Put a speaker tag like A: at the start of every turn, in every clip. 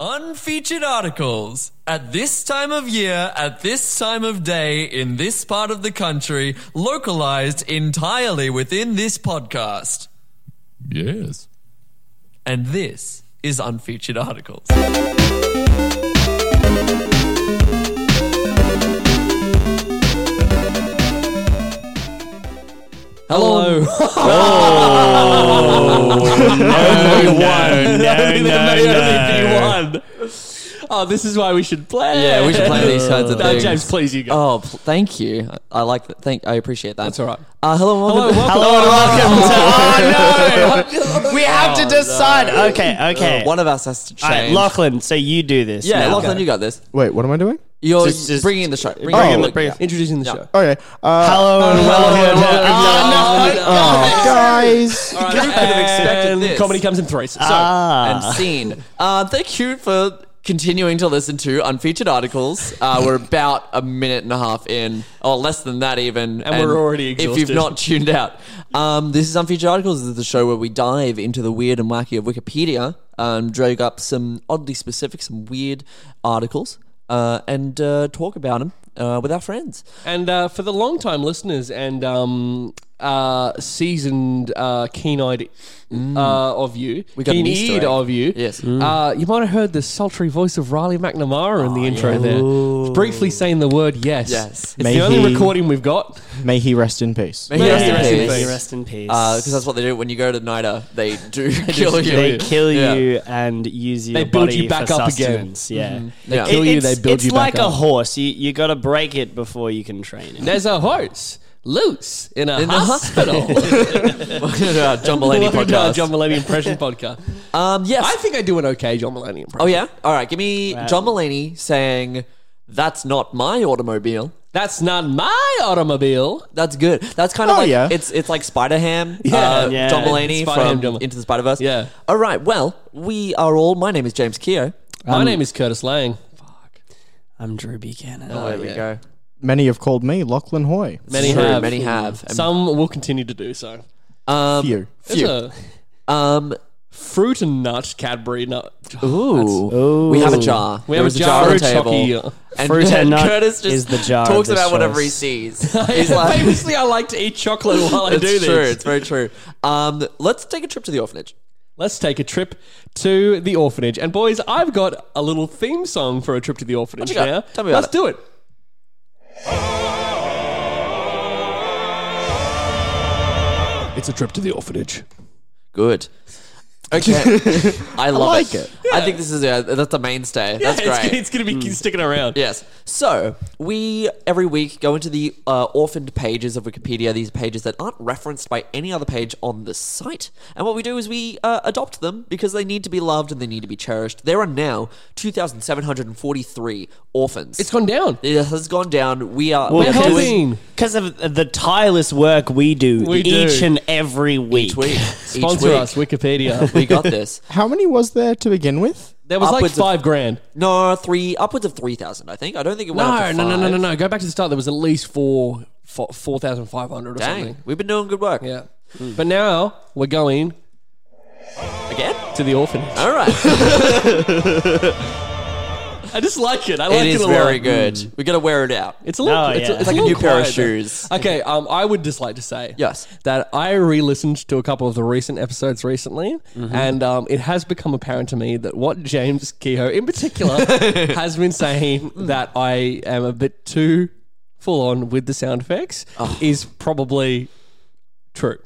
A: Unfeatured articles. At this time of year, at this time of day, in this part of the country, localized entirely within this podcast.
B: Yes.
A: And this is Unfeatured Articles. Hello.
C: Only one.
D: Only the only
C: one. Oh, this is why we should play.
D: Yeah, we should play these kinds of
C: No,
D: things.
C: James, please, you go.
D: Oh, pl- thank you. I I like that. Thank. I appreciate that.
C: That's all right.
D: Uh, hello, and
C: Hello,
D: welcome.
C: welcome.
D: Oh,
C: Oh,
D: no.
C: no.
D: Uh,
C: We-
E: We have to decide.
C: Uh,
E: Okay, okay.
D: One of us has to change.
E: All right, Lachlan, so you do this.
D: yeah,
E: now.
D: Lachlan, you got this.
F: Wait, what am I doing?
D: You're
E: Just- just-
D: bringing the show. Bringing
F: bring
D: the
F: it,
E: bring it.
C: Introducing the show.
F: Okay. Uh,
E: Hello and
D: Oh,
E: welcome.
D: no.
E: to- Oh, no.
F: guys.
D: All right, I could have expected
C: And
D: this.
C: comedy comes in threes. So,
D: and seen. Uh, thank you for continuing to listen to unfeatured articles. Uh, we're about a minute and a half in, or less than that even.
C: And we're already
D: If you've
C: exhausted.
D: not tuned out, um, this is unfeatured articles. This is the show where we dive into the weird and wacky of Wikipedia. Um, drag up some oddly specific, some weird articles, uh, and uh, talk about them uh, with our friends.
C: and uh, for the long-time listeners and um, uh, seasoned, uh, keen-eyed uh, of you,
D: Mm. got an Easter
C: keen-eared
D: egg.
C: of you,
D: Yes.
C: uh, you might have heard the sultry voice of Riley McNamara in the intro there, briefly saying the word yes.
D: Oh, Yes.
C: it's
F: May
C: the only
F: he-
C: recording we've got.
F: May he rest in peace.
D: May he rest in
C: rest in
D: peace.
C: peace. Uh,
E: May you Oh, rest in peace.
D: Because Uh, that's what they do when you go to NIDA. They do kill you.
E: they kill
D: Yeah.
E: you and use your
C: They build
E: body
C: you back
E: for
C: up again.
E: sustenance. Yeah.
D: They Yeah.
C: kill you,
E: it's-
C: they build
E: it's
C: you back
E: like a
C: up.
E: horse. You you got to break it before you can train it.
C: There's a horse loose in a
D: In the
C: hospital.
D: Uh, John Mulaney
C: Welcome to our John
D: podcast.
C: Mulaney impression podcast.
D: Um, yes.
C: I think I do an okay John Mulaney impression.
D: Oh yeah. All right. Give me
E: Wow.
D: John Mulaney saying, "That's not my automobile."
C: That's not my automobile.
D: That's good. That's kind of
F: Oh,
D: like
F: yeah.
D: it's it's like Spider Ham. uh,
E: yeah.
D: John Mulaney
C: Spider-Ham,
D: from
C: John-
D: Into the Spider Verse.
C: Yeah.
D: All right. Well, we are all. My name is James Keogh.
C: My
D: Um,
C: name is Curtis Lang.
E: I'm Drew Buchanan.
D: there we go.
F: Many have called me Lachlan Hoy.
C: Many
D: True,
C: have.
D: Many have. And,
C: Some will continue to do so.
D: um,
F: Few.
C: It's a
D: Um.
C: fruit and nut Cadbury nut.
D: Ooh. We have a jar.
C: We
D: There
C: have
D: is
C: a jar
D: on the
C: of
D: table.
C: chocky.
D: And,
E: Fruit and nut
D: Curtis just
E: is the jar
D: talks
E: of his
D: about whatever he
E: choice.
D: sees. He's like,
C: Famously, I like to eat chocolate while I
D: it's
C: do this.
D: true. It's very true. Um, let's take a trip to the orphanage.
C: Let's take a trip to the orphanage. And boys, I've got a little theme song for a trip to the orphanage
D: you got?
C: now.
D: Tell me about
C: Let's
D: it.
C: do it. It's a trip to the orphanage.
D: Good. Okay, I love
F: like it.
D: I think this is a, that's a mainstay. that's
C: Yeah, it's,
D: great. Hmm.
C: It's going to be sticking around.
D: yes. So we every week go into the uh, orphaned pages of Wikipedia. These pages that aren't referenced by any other page on the site. And what we do is we uh, adopt them because they need to be loved and they need to be cherished. There are now two thousand seven hundred and forty-three orphans.
C: It's gone down.
D: It has gone down. We are
C: We're
D: we're doing-
C: helping.
E: Because of the tireless work we do
C: We do.
E: each and every week.
D: each week. each
C: Sponsor
D: week.
C: us, Wikipedia.
D: We got this.
F: How many was there to begin with?
C: There was like
D: Upwards of-
C: five grand.
D: No, three upwards of three thousand. I think. I don't think it went up to
C: No, no, no, no,
D: five.
C: no, no. Go back to the start. There was at least four, four four thousand five hundred or
D: Dang,
C: something.
D: we've been doing good work.
C: Yeah. But now we're going
D: Again?
C: to the orphanage.
D: All right.
C: I just like it. I like
D: it
C: it,
D: is
C: a Mm.
D: very
C: lot.
D: good. We gotta wear it out.
C: It's a little.
E: Oh,
C: it's,
E: yeah.
C: a,
E: It's
D: like a
C: little
D: new pair of
C: quiet there.
D: shoes.
C: Okay. Um, I would just like to say
D: Yes.
C: that I re-listened to a couple of the recent episodes recently, and um, it has become apparent to me that what James Kehoe in particular has been saying that I am a bit too full on with the sound effects is probably true.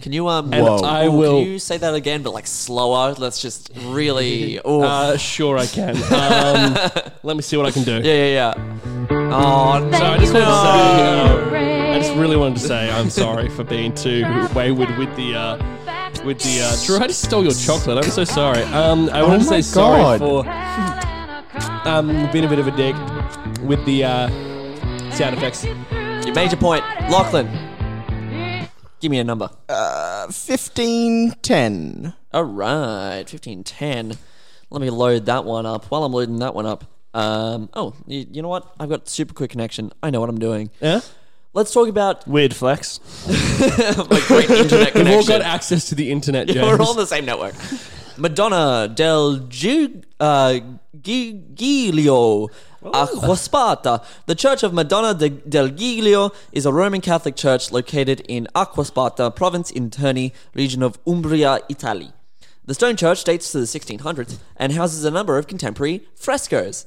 D: Can you um?
C: And
F: Whoa.
C: I
D: ooh,
C: will.
D: Can you say that again, but like slower? Let's just really. Oh,
C: Uh, sure, I can. Um, let me see what I can do.
D: yeah, yeah, yeah. Oh,
C: So
D: no.
C: I just wanted to say, uh, I just really wanted to say I'm sorry for being too wayward with the. Uh, with the uh, Drew, I just stole your chocolate. I'm so sorry. Um, I wanted to
F: my
C: say sorry
F: God.
C: for um being a bit of a dick with the uh, sound effects.
D: you made your point, Lachlan. Give me a number.
F: Fifteen, ten.
D: All right, fifteen ten. Let me load that one up. While I'm loading that one up, um, oh, you, you know what? I've got super quick connection. I know what I'm doing.
C: Yeah,
D: Let's talk about
E: Weird flex.
D: my great internet connection.
C: we've all got access to the internet, James.
D: We're all on the same network. Madonna del Giu- uh, Gi- Giglio Acquasparta. The Church of Madonna de- del Giglio is a Roman Catholic church located in Acquasparta province in Terni, region of Umbria, Italy. The stone church dates to the 1600s and houses a number of contemporary frescoes.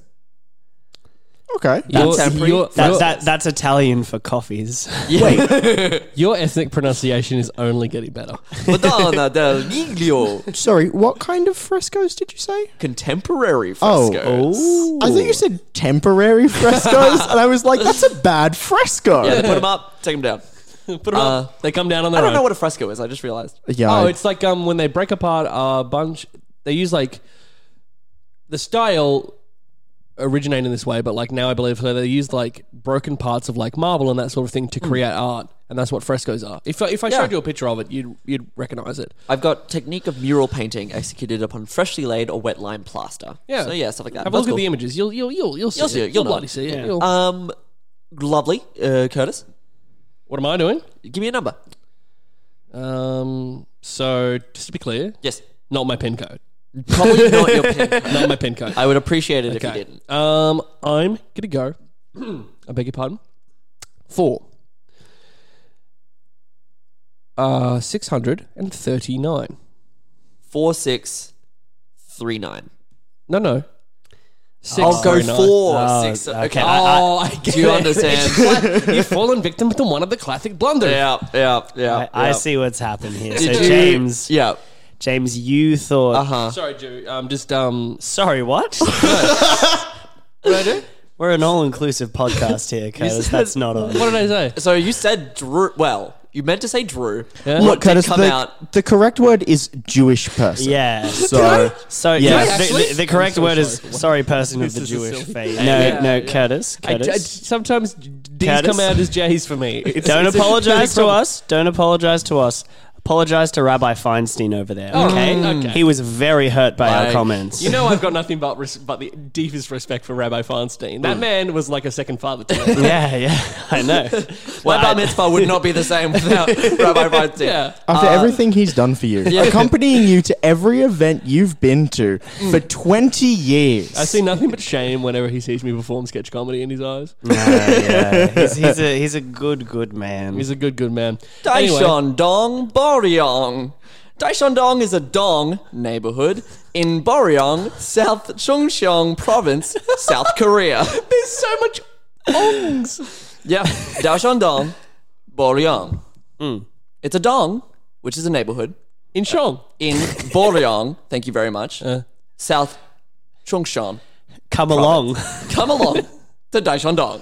F: Okay.
C: Your,
D: Temporary.
C: your,
E: That,
C: your-
E: that, that's Italian for coffees.
C: your ethnic pronunciation is only getting better.
D: Madonna del Giglio,
F: Sorry, what kind of frescoes did you say?
D: contemporary
F: Oh.
D: frescoes.
F: I think you said temporary frescoes, and I was like, that's a bad fresco.
D: Yeah, they put them up, take them down. Uh,
C: Put 'em up. They come down on their
D: I don't
C: own.
D: know what a fresco is. I just realized.
F: Yeah,
C: Oh,
F: I-
C: it's like um when they break apart a bunch. They use like the style originated in this way, but like now I believe so they used like broken parts of like marble and that sort of thing to create art, and that's what frescoes are. If I- if I
D: Hmm. Yeah.
C: showed you a picture of it, you'd you'd recognize it.
D: I've got technique of mural painting executed upon freshly laid or wet lime plaster.
C: Yeah.
D: So yeah, stuff like that.
C: Have a
D: That's
C: look
D: cool.
C: at the images. You'll you'll you'll you'll see
D: You'll
C: it.
D: see it.
C: You'll
D: You'll know.
C: bloody see it.
E: Yeah.
C: You'll-
D: Um, lovely, uh, Curtis.
C: what am I doing?
D: Give me a number.
C: Um, so just to be clear,
D: Yes.
C: not my pin code.
D: Probably not your pin.
C: Not my pin code.
D: I would appreciate it if you
C: Okay.
D: didn't.
C: Um, I'm gonna go. I beg your pardon. Four. Uh, six hundred and thirty-nine.
D: Four six three nine.
C: No, no. Six.
D: I'll go
C: nine.
D: four
E: Oh,
D: six.
E: okay.
D: Okay.
E: I-
C: Oh, I get
D: Do you
C: it.
D: understand?
C: You've fallen victim to one of the classic blunders.
D: yeah. Yeah. Yeah.
E: I, I
D: yeah.
E: see what's happened here.
D: Did
E: so
D: you-
E: James,
D: Yeah.
E: James, you thought.
D: Uh huh.
C: Sorry, Drew. Um, just um.
E: Sorry, what?
C: What did I do?
E: We're an all-inclusive podcast here, Curtis.
D: said-
E: That's not on.
C: What did I say?
D: So you said Drew. Well, you meant to say Drew.
C: Yeah.
D: What
F: Look,
D: did
F: Curtis,
D: come
F: the,
D: out?
F: the correct word is Jewish person.
E: Yeah.
F: So,
E: So
F: Yeah.
E: yeah, the,
C: Actually?
E: the, the correct
C: I'm so
E: word is
C: sorry.
E: sorry, person of the
C: is
E: Jewish
C: silly.
E: faith. No,
C: Yeah.
E: no,
C: Yeah.
E: Curtis,
C: I, I,
E: Curtis.
C: sometimes D's
E: Curtis?
C: come out as J's for me. It's-
E: Don't
C: it's a
E: apologize to
C: problem.
E: us. Don't apologize to us. Apologize to Rabbi Feinstein over there. Okay,
C: Oh, okay.
E: he was very hurt by our
D: Like,
E: comments.
C: You know, I've got nothing but res- but the deepest respect for Rabbi Farnstein. That man was like a second father to me.
E: yeah, yeah, I know.
D: My
E: But
D: bar
E: I-
D: mitzvah would not be the same without Rabbi Weinstein.
C: yeah.
F: after everything he's done for you, accompanying you to every event you've been to for 20 years.
C: I see nothing but shame whenever he sees me perform sketch comedy in his eyes.
E: No, yeah. he's, he's a he's a good good man.
C: He's a good, good man. Anyway,
D: Daishon Dong Boryong. Daishon Dong is a Dong neighborhood in Boryong, South Chungcheong Province, South Korea.
C: there's so much ongs.
D: Yeah, Daishon Dong Boryong. It's a Dong, which is a neighborhood
C: In Shong.
D: in Boryong. Thank you very much. South Chungcheong.
E: Come along.
D: Come along to Daishon Dong.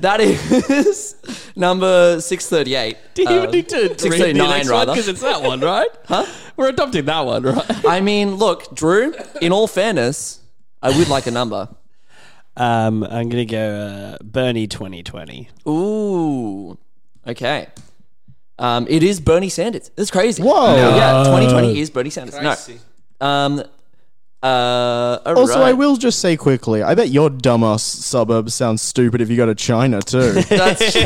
D: That is number 638.
C: Do you
D: Uh,
C: even need to read the
D: 639
C: next
D: rather.
C: Because it's that one, right? huh? We're adopting that one, right?
D: I mean, look, Drew, in all fairness, I would like a number.
E: Um, I'm gonna go uh, Bernie 2020.
D: Ooh. Okay. Um, it is Bernie Sanders. That's crazy.
F: Whoa.
D: yeah, 2020 is Bernie Sanders. No. Um, uh,
F: also, I
D: alright.
F: will just say quickly, I bet your dumbass suburb sounds stupid if you go to China too.
D: That's true.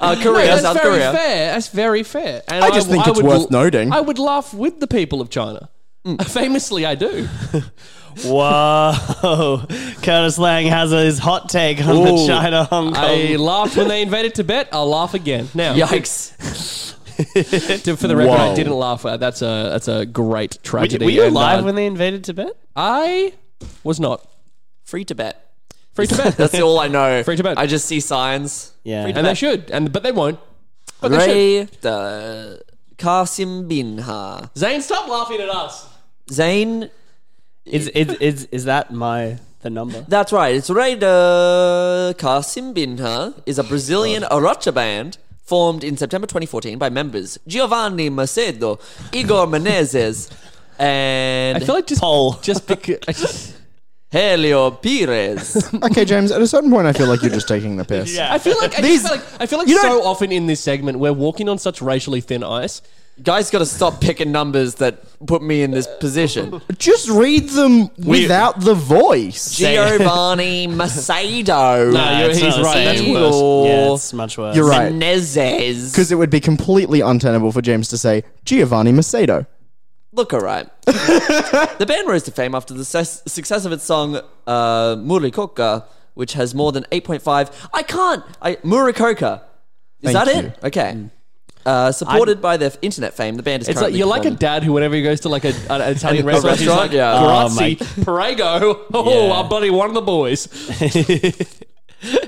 D: Uh, Korea,
C: that's
D: South
C: very
D: Korea.
C: fair. That's very fair. And
F: I just think it's
C: would
F: worth noting.
C: I would laugh with the people of China. Famously, I do.
E: Whoa, Curtis Lang has his hot take on the
D: Ooh.
E: China Hong Kong.
C: I laughed when they invaded Tibet. I'll laugh again. Now,
D: Yikes.
C: to- for the record, I
F: Whoa.
C: didn't laugh. Uh, That's a that's a great
E: were you,
C: tragedy.
E: were you
C: and,
E: alive
C: uh,
E: when they invaded Tibet?
C: I was not
D: Free Tibet.
C: free Tibet.
D: That's all I know.
C: Free Tibet.
D: I just see signs.
E: Yeah.
C: and they should, and but they won't. But they should.
D: Ray the Kasim Binha.
C: Zane, stop laughing at us.
D: Zain.
E: Is, is is is that my the number?
D: That's right. It's Ray the Kasim Binha is a Brazilian Aracha band formed in September 2014 by members Giovanni Macedo, Igor Menezes, and
C: I feel like just
E: Poll.
C: just because I just-
D: Helio Pires.
F: okay, James, at a certain point, I feel like you're just taking the piss.
C: I feel like I just feel like I feel like so often in this segment we're walking on such racially thin ice.
D: Guys, got to stop picking numbers that put me in this position.
F: Just read them without the voice.
D: Giovanni Macedo.
C: No, you're-
E: it's
C: he's
E: not the
C: right.
E: same.
C: That's
D: worse.
E: Yeah, it's much worse.
F: You're right.
D: Menezes.
F: Because it would be completely untenable for James to say Giovanni Macedo.
D: look all right. the band rose to fame after the ses- success of its song uh, Murikoka, which has more than 8.5. I can't. I Murikoka. Is
F: Thank
D: that
F: you.
D: it? Okay. Uh, supported by their internet fame, the band is
C: It's like
D: currently
C: you're like a
D: performing-
C: dad who, whenever he goes to like a, an Italian
D: A
C: restaurant, he's
D: restaurant,
C: like,
D: yeah.
C: "Grazie, prego." Oh,
E: Yeah.
C: our buddy, one of the boys.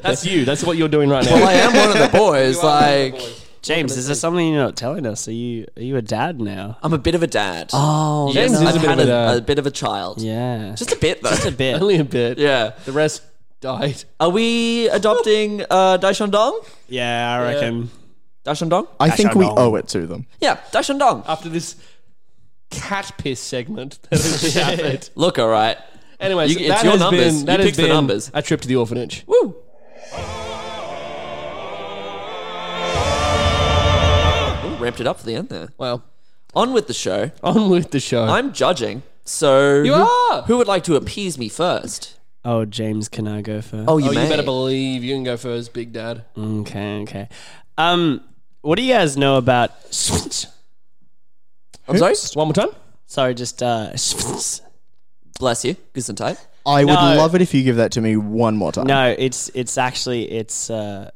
C: That's you. That's what you're doing right now.
D: Well, I am one of the boys. like,
E: James, is there something you're not telling us? Are you are you a dad now?
D: I'm a bit of a dad.
E: Oh,
D: yes,
C: James is
D: I've
C: a bit
D: had
C: of a dad.
D: a bit of a child.
E: yeah.
D: Just a bit, though.
E: Just a bit.
C: Only a bit.
D: yeah.
C: The rest died.
D: Are we adopting uh, Daishondong?
E: Yeah, I reckon.
D: Daishondong?
F: I think we
E: Dong.
F: owe it to them.
D: Yeah, Daishondong.
C: After this cat piss segment that has happened.
D: Look, all right.
C: Anyway,
D: You-
C: so
D: it's
C: that
D: your
C: has
D: numbers.
C: been
D: You
C: that has
D: picked the
C: been
D: numbers.
C: a trip to the orphanage.
D: Woo. Ooh, ramped it up for the end there.
C: Well,
D: On with the show.
E: Oh.
C: on with the show.
D: I'm judging, so
C: You
D: who-
C: are!
D: Who would like to appease me first?
E: Oh, James, can I go first?
D: Oh,
C: oh,
D: you,
C: you
D: may.
C: better believe you can go first, Big Dad.
E: Okay, okay. Um, what do you guys know about
D: I'm sorry.
C: Just one more time.
E: Sorry, just uh,
D: Bless you. Good and tight.
F: I would
E: No.
F: love it if you give that to me one more time.
E: no, it's it's actually it's uh,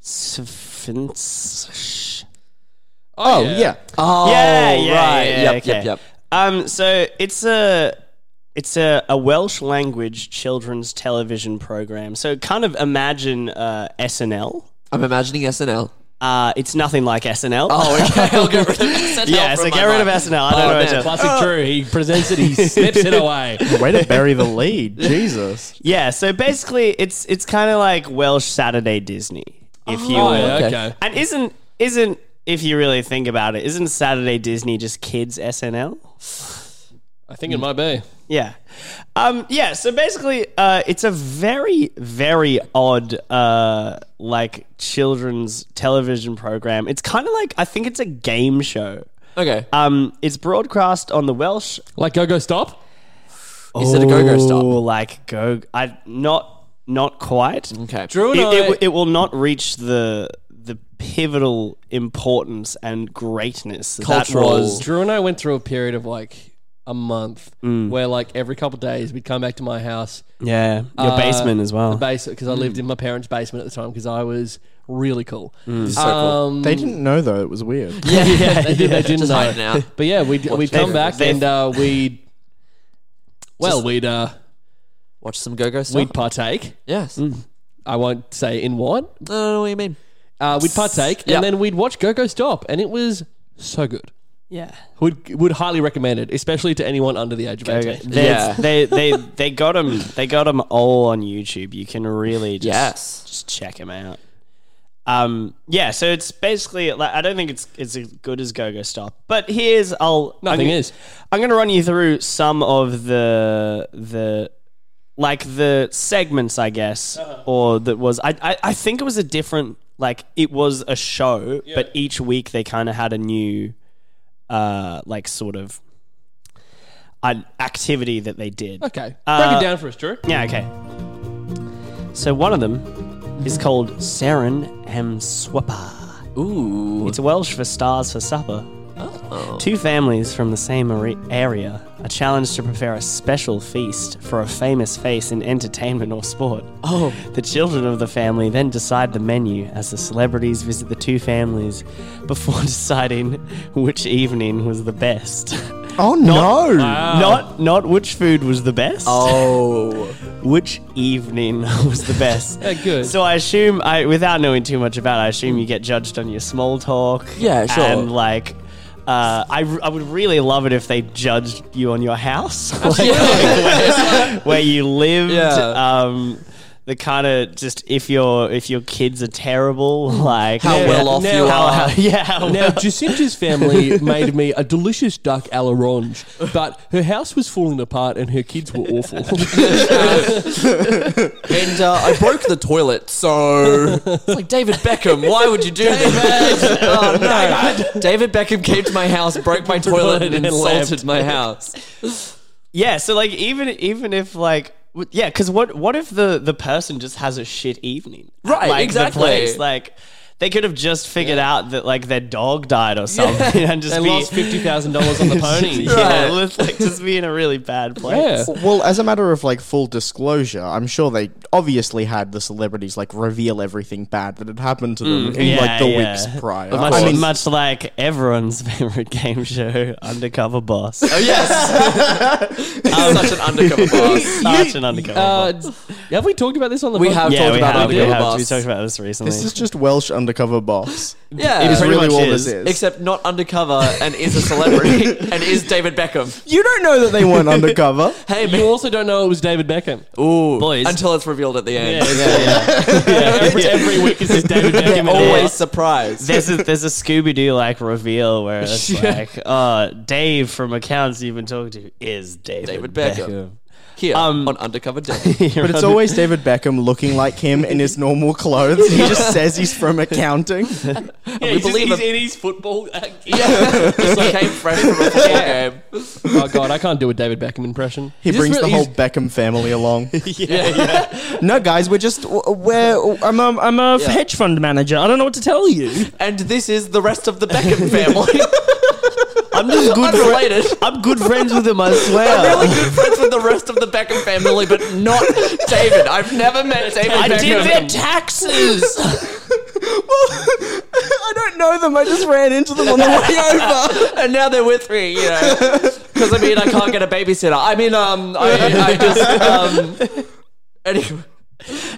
E: sphinx.
F: Oh, yeah.
D: Oh,
E: yeah, yeah,
D: right.
E: yeah,
D: yep,
E: okay.
D: yep, yep.
E: Um, so it's a it's a, a Welsh language children's television program. So kind of imagine uh, SNL.
D: I'm imagining SNL.
E: Uh, it's nothing like SNL.
D: Oh, okay. I'll get rid of SNL.
E: yeah. So
D: from my
E: get rid of
D: mind.
E: SNL. I don't
D: Oh,
E: know. what
D: man.
E: to-
C: Classic Drew. He presents it. He snips it away.
F: Way to bury the lead. Jesus.
E: Yeah. So basically, it's it's kind of like Welsh Saturday Disney, if you
C: Oh,
E: will.
C: yeah,
D: okay.
C: okay.
E: And isn't isn't if you really think about it, isn't Saturday Disney just kids SNL?
C: I think it might be.
E: Yeah. Um, yeah, so basically, uh, it's a very, very odd, uh, like, children's television program. It's kind of like, I think it's a game show.
D: Okay.
E: Um, it's broadcast on the Welsh.
C: Like go go stop.
D: You said a go-go stop.
E: Oh, Like, go. I, not, not quite.
D: okay.
C: Drew
E: It,
C: and I.
E: it, w- it will not reach the, the pivotal importance and greatness that
D: Cultural-
E: was
C: Drew and I went through a period of like a month
E: Mm.
C: where like every couple days we'd come back to my house
E: Yeah, your
C: uh,
E: basement as well.
C: the basement because I lived in my parents' basement at the time because I was really cool.
E: Mm.
D: So cool.
C: Um,
F: They didn't know, though. It was weird.
C: yeah, yeah, they, did, they didn't
D: Just hiding
C: know.
D: out.
C: But yeah, we'd, we'd come
E: it.
C: back
E: They've-
C: and uh, we'd well we'd uh,
D: Watch some go-go stuff.
C: we'd partake.
D: yes.
E: Mm.
C: I won't say in what.
D: I don't know what you mean.
C: Uh, we'd partake
D: Yeah.
C: and then we'd watch Go Go Stop, and it was so good.
E: yeah.
C: Would would highly recommend it, especially to anyone under the age of eighteen.
E: They,
D: Yeah.
E: they they they got them. They got 'em all on YouTube. You can really just
D: Yes.
E: just check them out. Um, yeah. So it's basically like I don't think it's it's as good as Go Go Stop, but here's I'll
C: Nothing
E: I'm,
C: is.
E: I'm going to run you through some of the the like the segments, I guess,
C: Uh-huh.
E: or that was I, I I think it was a different like it was a show, but each week they kind of had a new uh like sort of an activity that they did.
C: Okay, break
E: Uh,
C: it down for us, Drew.
E: Yeah, okay. So one of them is called Seren Hem Swapa.
D: Ooh.
E: It's Welsh for stars for supper. Two families from the same are- area are challenged to prepare a special feast for a famous face in entertainment or sport. Oh. The children of the family then decide the menu as the celebrities visit the two families before deciding which evening was the best.
F: Oh, no.
C: Ah.
E: Not not which food was the best.
D: Oh.
E: Which evening was the best?
C: Yeah, good.
E: So I assume, I without knowing too much about, it, I assume you get judged on your small talk.
D: Yeah, sure.
E: And like, uh, I, r- I would really love it if they judged you on your house, like, where, where you lived.
D: Yeah.
E: Um, the kind of just if your if your kids are terrible, like
D: How
C: Yeah.
D: well off
C: Now-
D: you
E: how-
D: are.
E: how- yeah, how
C: Now, Jacinta's family made me a delicious duck à la ronge, but her house was falling apart and her kids were awful.
D: And uh, I broke the toilet, so it's like David Beckham. Why would you do this? Oh, no. David Beckham came to my house, broke my toilet, and
C: And
D: insulted my house.
E: Yeah, so like even even if like w- yeah, because what what if the the person just has a shit evening? at,
D: Right,
E: like,
D: exactly.
E: The place? Like They could have just figured out that like their dog died or something, and just
C: They
E: be
C: lost fifty thousand dollars on the pony.
E: yeah, let's, like just be in a really bad place.
F: Well, as a matter of like full disclosure, I'm sure they obviously had the celebrities like reveal everything bad that had happened to them in
E: Yeah,
F: like the
E: yeah.
F: weeks prior.
E: Much,
F: I mean,
E: much like everyone's favorite game show, Undercover Boss.
D: Oh yes, I'm such an undercover boss.
E: Such an undercover
C: Uh,
E: boss.
C: have we talked about this on the
D: We
C: podcast?
D: have
E: Yeah,
D: talked
E: we
D: about
E: have, we
D: undercover
E: have.
D: boss.
E: We talked about this recently.
F: this is just Welsh undercover boss.
D: yeah,
F: It is
E: pretty
F: really
E: much
F: all
E: is.
F: this is.
D: except not undercover and is a celebrity and is David Beckham.
F: you don't know that they weren't undercover.
D: Hey,
C: You
D: man.
C: also don't know it was David Beckham.
D: Ooh,
E: Boys.
D: until it's revealed at the end.
E: every, every week is just David Beckham. and
D: Always
E: Dale.
D: surprised.
E: There's a, there's a Scooby Doo like reveal where it's like, uh, Dave from accounts you've been talking to is David,
D: David
E: Beckham.
D: Beckham. Here
E: Um,
D: on undercover day.
F: But it's always David Beckham looking like him in his normal clothes. He just says he's from accounting.
A: Yeah,
D: he's just- he's
A: in his football.
D: yeah, just came fresh from a football game.
C: Oh god, I can't do a David Beckham impression.
F: He
C: He's
F: brings
C: just
F: the
C: really-
F: whole Beckham family along.
D: Yeah, yeah.
F: no, guys, we're just we're I'm a, I'm a
D: Yeah.
F: hedge fund manager. I don't know what to tell you.
D: And this is the rest of the Beckham family.
E: I'm just good.
D: Unrelated.
E: I'm good friends with him. I swear.
D: I'm really good friends with the rest of the Beckham family, but not David. I've never met David Beckham.
E: taxes.
F: I don't know them. I just ran into them on the way over.
D: and now they're with me, you know. Because I mean, I can't get a babysitter. I mean, um, I, I just um. Anyway,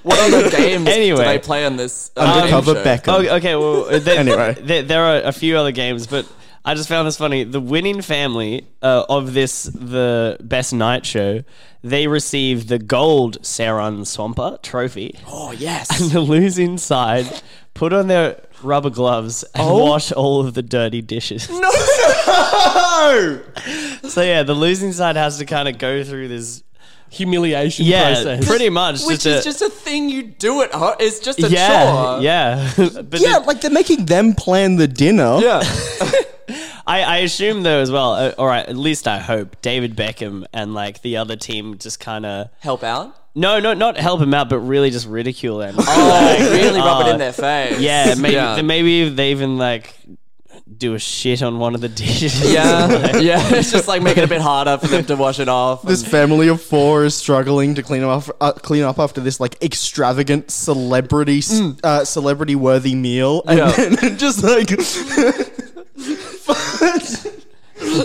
D: what other games
E: Anyway.
D: do they play on this uh,
F: Undercover
D: game show?
F: Beckham.
E: Okay, okay well, uh, there,
F: Anyway.
E: there, there are a few other games, but I just found this funny. The winning family uh, of this, the best night show, they received the gold Saron Swamper trophy,
D: Oh yes,
E: and the losing side put on their rubber gloves and
F: Oh.
E: wash all of the dirty dishes. No! so, yeah, the losing side has to kind of go through this.
C: humiliation
E: Yeah,
C: process.
E: pretty much.
D: which
E: a-
D: is just a thing you do at home. It's just a
E: yeah,
D: chore.
E: yeah. but
F: Yeah,
E: it-
F: like they're making them plan the dinner.
E: I, I assume though as well, uh, or at least I hope David Beckham and like the other team just kind of
D: Help out.
E: no, no, not help him out, but really just ridicule him.
D: Oh, really rub it in their face.
E: yeah, maybe maybe they even like do a shit on one of the dishes.
D: yeah, yeah. It's just like make it a bit harder for them to wash it off.
F: This family of four is struggling to clean up, uh, clean up after this like extravagant celebrity, s
C: Mm.
F: uh, celebrity worthy meal, and
D: Yeah.
F: then just like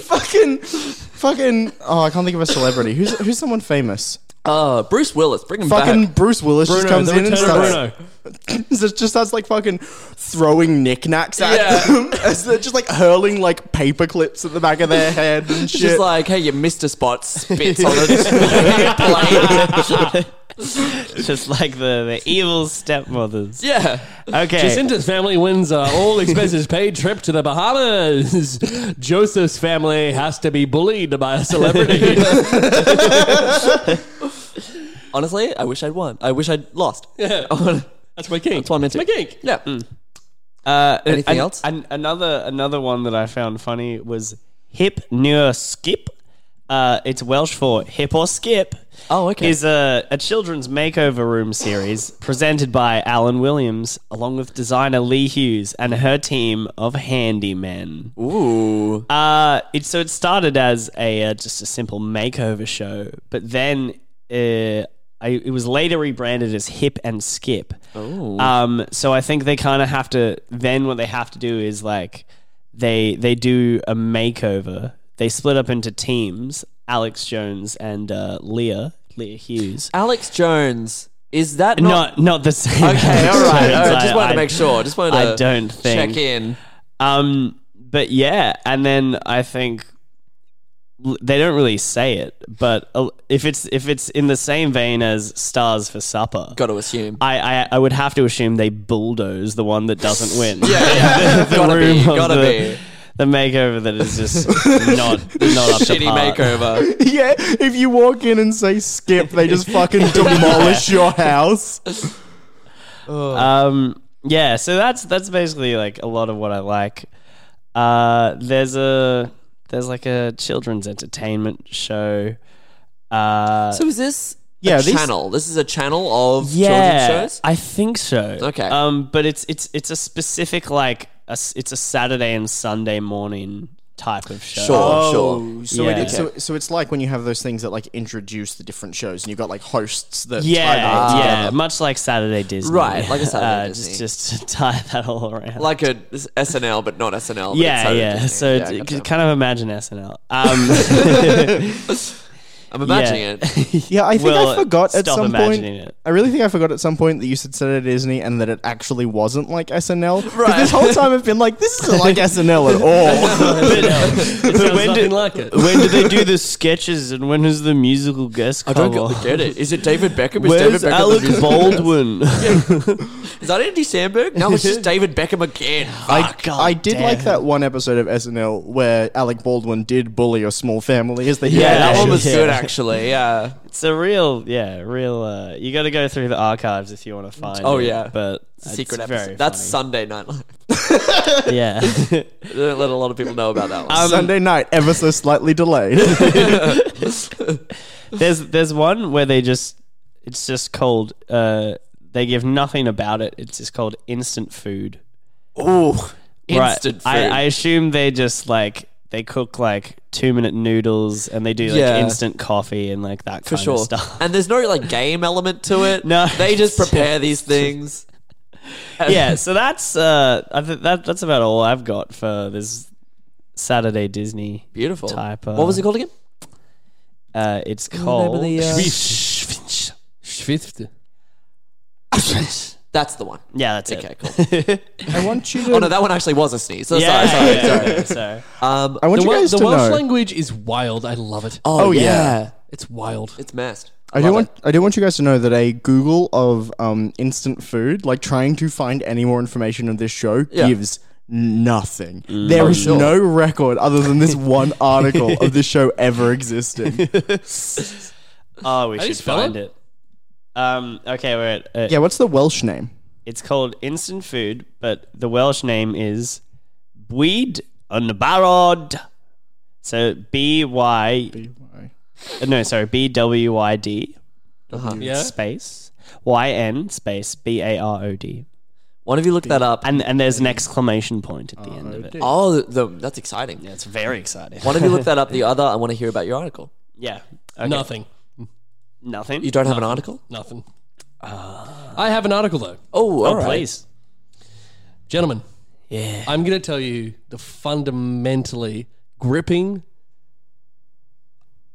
F: fucking, fucking. Oh, I can't think of a celebrity. Who's who's someone famous?
D: uh, Bruce Willis, bring him
F: Fucking
D: back.
F: Bruce Willis just
C: Bruno,
F: comes
C: the
F: in and
C: return of
F: starts,
C: Bruno.
F: just just starts like fucking throwing knickknacks at
D: Yeah.
F: them, as they're just like hurling like paper clips at the back of their head and shit.
D: Just like, hey, you missed a spot. Spits on it.
E: just like the, the evil stepmothers.
D: yeah.
E: Okay,
C: Jacinta's family wins uh, all expenses paid trip to the Bahamas. Joseph's family has to be bullied by a celebrity.
D: Honestly, I wish I'd won. I wish I'd lost.
C: Yeah. That's my kink. That's
D: what I meant to-
C: my kink.
D: Yeah.
E: Hmm. uh,
D: Anything
E: an-
D: else?
E: an- another another one that I found funny was hip near skip. Uh, it's Welsh for hip or skip.
D: Oh, okay.
E: Is a, a children's makeover room series presented by Alan Williams along with designer Lee Hughes and her team of handymen.
D: Ooh.
E: Uh, it, so it started as a uh, just a simple makeover show, but then uh, I, it was later rebranded as Hip and Skip. Oh. Um, so I think they kind of have to. Then what they have to do is like they they do a makeover. They split up into teams. Alex Jones and uh, Leah Leah Hughes.
D: Alex Jones. Is that not?
E: Not not the same.
D: okay,
E: Alex
D: all right.
E: Jones.
D: All right.
E: I-
D: Just wanted
E: I-
D: to make sure. Just wanted to
E: I don't think
D: check in.
E: um, but yeah, and then I think l- they don't really say it, but uh, if it's if it's in the same vein as Stars for Supper,
D: Got to assume.
E: I, I I would have to assume they bulldoze the one that doesn't win.
D: yeah, yeah.
E: the
D: gotta
E: room
D: be.
E: of
D: Gotta
E: the,
D: be.
E: the makeover that is just not not up to
D: Shitty
E: par.
D: makeover.
F: Yeah, if you walk in and say skip, they just fucking demolish your house.
E: Um, yeah, so that's that's basically like a lot of what I like. Uh, there's a there's like a children's entertainment show. Uh,
D: So is this
F: Yeah,
D: a
F: these-
D: channel. This is a channel of
E: yeah,
D: children's shows.
E: I think so.
D: Okay.
E: Um, but it's it's it's a specific like a s it's a Saturday and Sunday morning type of show.
D: Sure.
F: Oh,
D: sure.
F: So,
E: Yeah.
F: it, so, so it's like when you have those things that like introduce the different shows, and you've got like hosts that
E: Yeah,
F: tie them all
E: yeah,
F: together.
E: much like Saturday Disney,
D: Right, like a Saturday
E: uh,
D: Disney.
E: Just, just to tie that all around.
D: Like a this SNL, but not SNL. but it's
E: yeah,
D: Saturday
E: yeah.
D: Disney.
E: So
D: Yeah,
E: it's-
D: gotcha.
E: kind of imagine SNL. Um,
D: I'm imagining
E: yeah.
D: it.
F: Yeah, I think
E: Well,
F: I forgot at
E: stop
F: some point.
E: imagining it.
F: I really think I forgot at some point that you said Saturday Disney and that it actually wasn't like SNL. Because
D: Right.
F: this whole time I've been like, this isn't like SNL at all.
C: It sounds nothing like it.
E: when do they do the sketches and when is the musical guest
D: I
E: cover?
D: don't get, get it. Is it David Beckham? Is
E: Oh,
D: David Beckham
E: Where's
D: the
E: Alec
D: music-
E: Baldwin?
D: Is that Andy Sandberg? No, it's just David Beckham again.
F: I,
E: God
F: I did
E: damn.
F: like that one episode of SNL where Alec Baldwin did bully a small family as they
D: Yeah, that
E: Yeah,
D: one was
E: yeah.
D: good actually. Yeah.
E: It's a real, yeah, real. Uh, you got to go through the archives if you want to find.
D: Oh,
E: it,
D: yeah.
E: but it's
D: Secret
E: very
D: episode. That's
E: funny.
D: Sunday Night Live.
E: yeah.
D: They don't let a lot of people know about that one.
F: Sunday night, ever so slightly delayed.
E: there's there's one where they just it's just called. Uh, they give nothing about it. It's just called instant food.
D: Instant food.
E: I, I assume they just like they cook like two minute noodles and they do like
D: Yeah.
E: instant coffee and like that
D: for
E: kind
D: sure.
E: of stuff.
D: And there's no like game element to it.
E: No.
D: they just prepare these things.
E: yeah, so that's uh, I th- that that's about all I've got for this Saturday Disney.
D: Beautiful.
E: Type, uh,
D: what was it called again?
E: Uh, it's
D: name of
E: called.
D: the, uh,
C: Schwift.
D: That's the one.
E: yeah, that's
D: Okay,
E: it.
D: cool.
F: I want you to.
D: oh no, that one actually was a sneeze. So
E: Yeah,
D: sorry, sorry,
E: yeah,
D: sorry.
E: yeah, sorry.
D: Um,
F: I want
C: The,
F: you
C: Wel-
F: guys
C: the
F: to
C: Welsh
F: know.
C: language is wild. I love it.
D: oh,
F: oh,
D: yeah.
F: yeah.
C: It's wild.
D: it's messed.
F: I do
D: Love
F: want I do want you guys to know that a Google of um, instant food, like trying to find any more information on this show,
D: Yeah.
F: gives nothing. There
D: Oh,
F: is
D: sure.
F: no record other than this one article of this show ever existing.
E: Oh, we
C: How do you
E: should
C: spell
E: find
C: it?
E: it. Um, okay, we're at. Uh,
F: yeah, what's the Welsh name?
E: It's called instant food, but the Welsh name is Bwyd yn barod. So B Y Uh, no, sorry, B W Y D
C: Yeah.
E: space Y N space B A R O D,
D: One of you look that up.
E: and and there's an exclamation point at the end of it.
D: Oh, the, that's exciting.
E: It's very exciting.
D: One of you look that up. The other, I want to hear about your article.
E: Yeah, okay.
C: Nothing.
E: nothing.
D: You don't have an article?
C: Nothing. Ah. I have an article though.
D: Oh, all
E: oh,
D: right.
E: please.
C: Gentlemen,
E: Yeah.
C: I'm going to tell you the fundamentally gripping,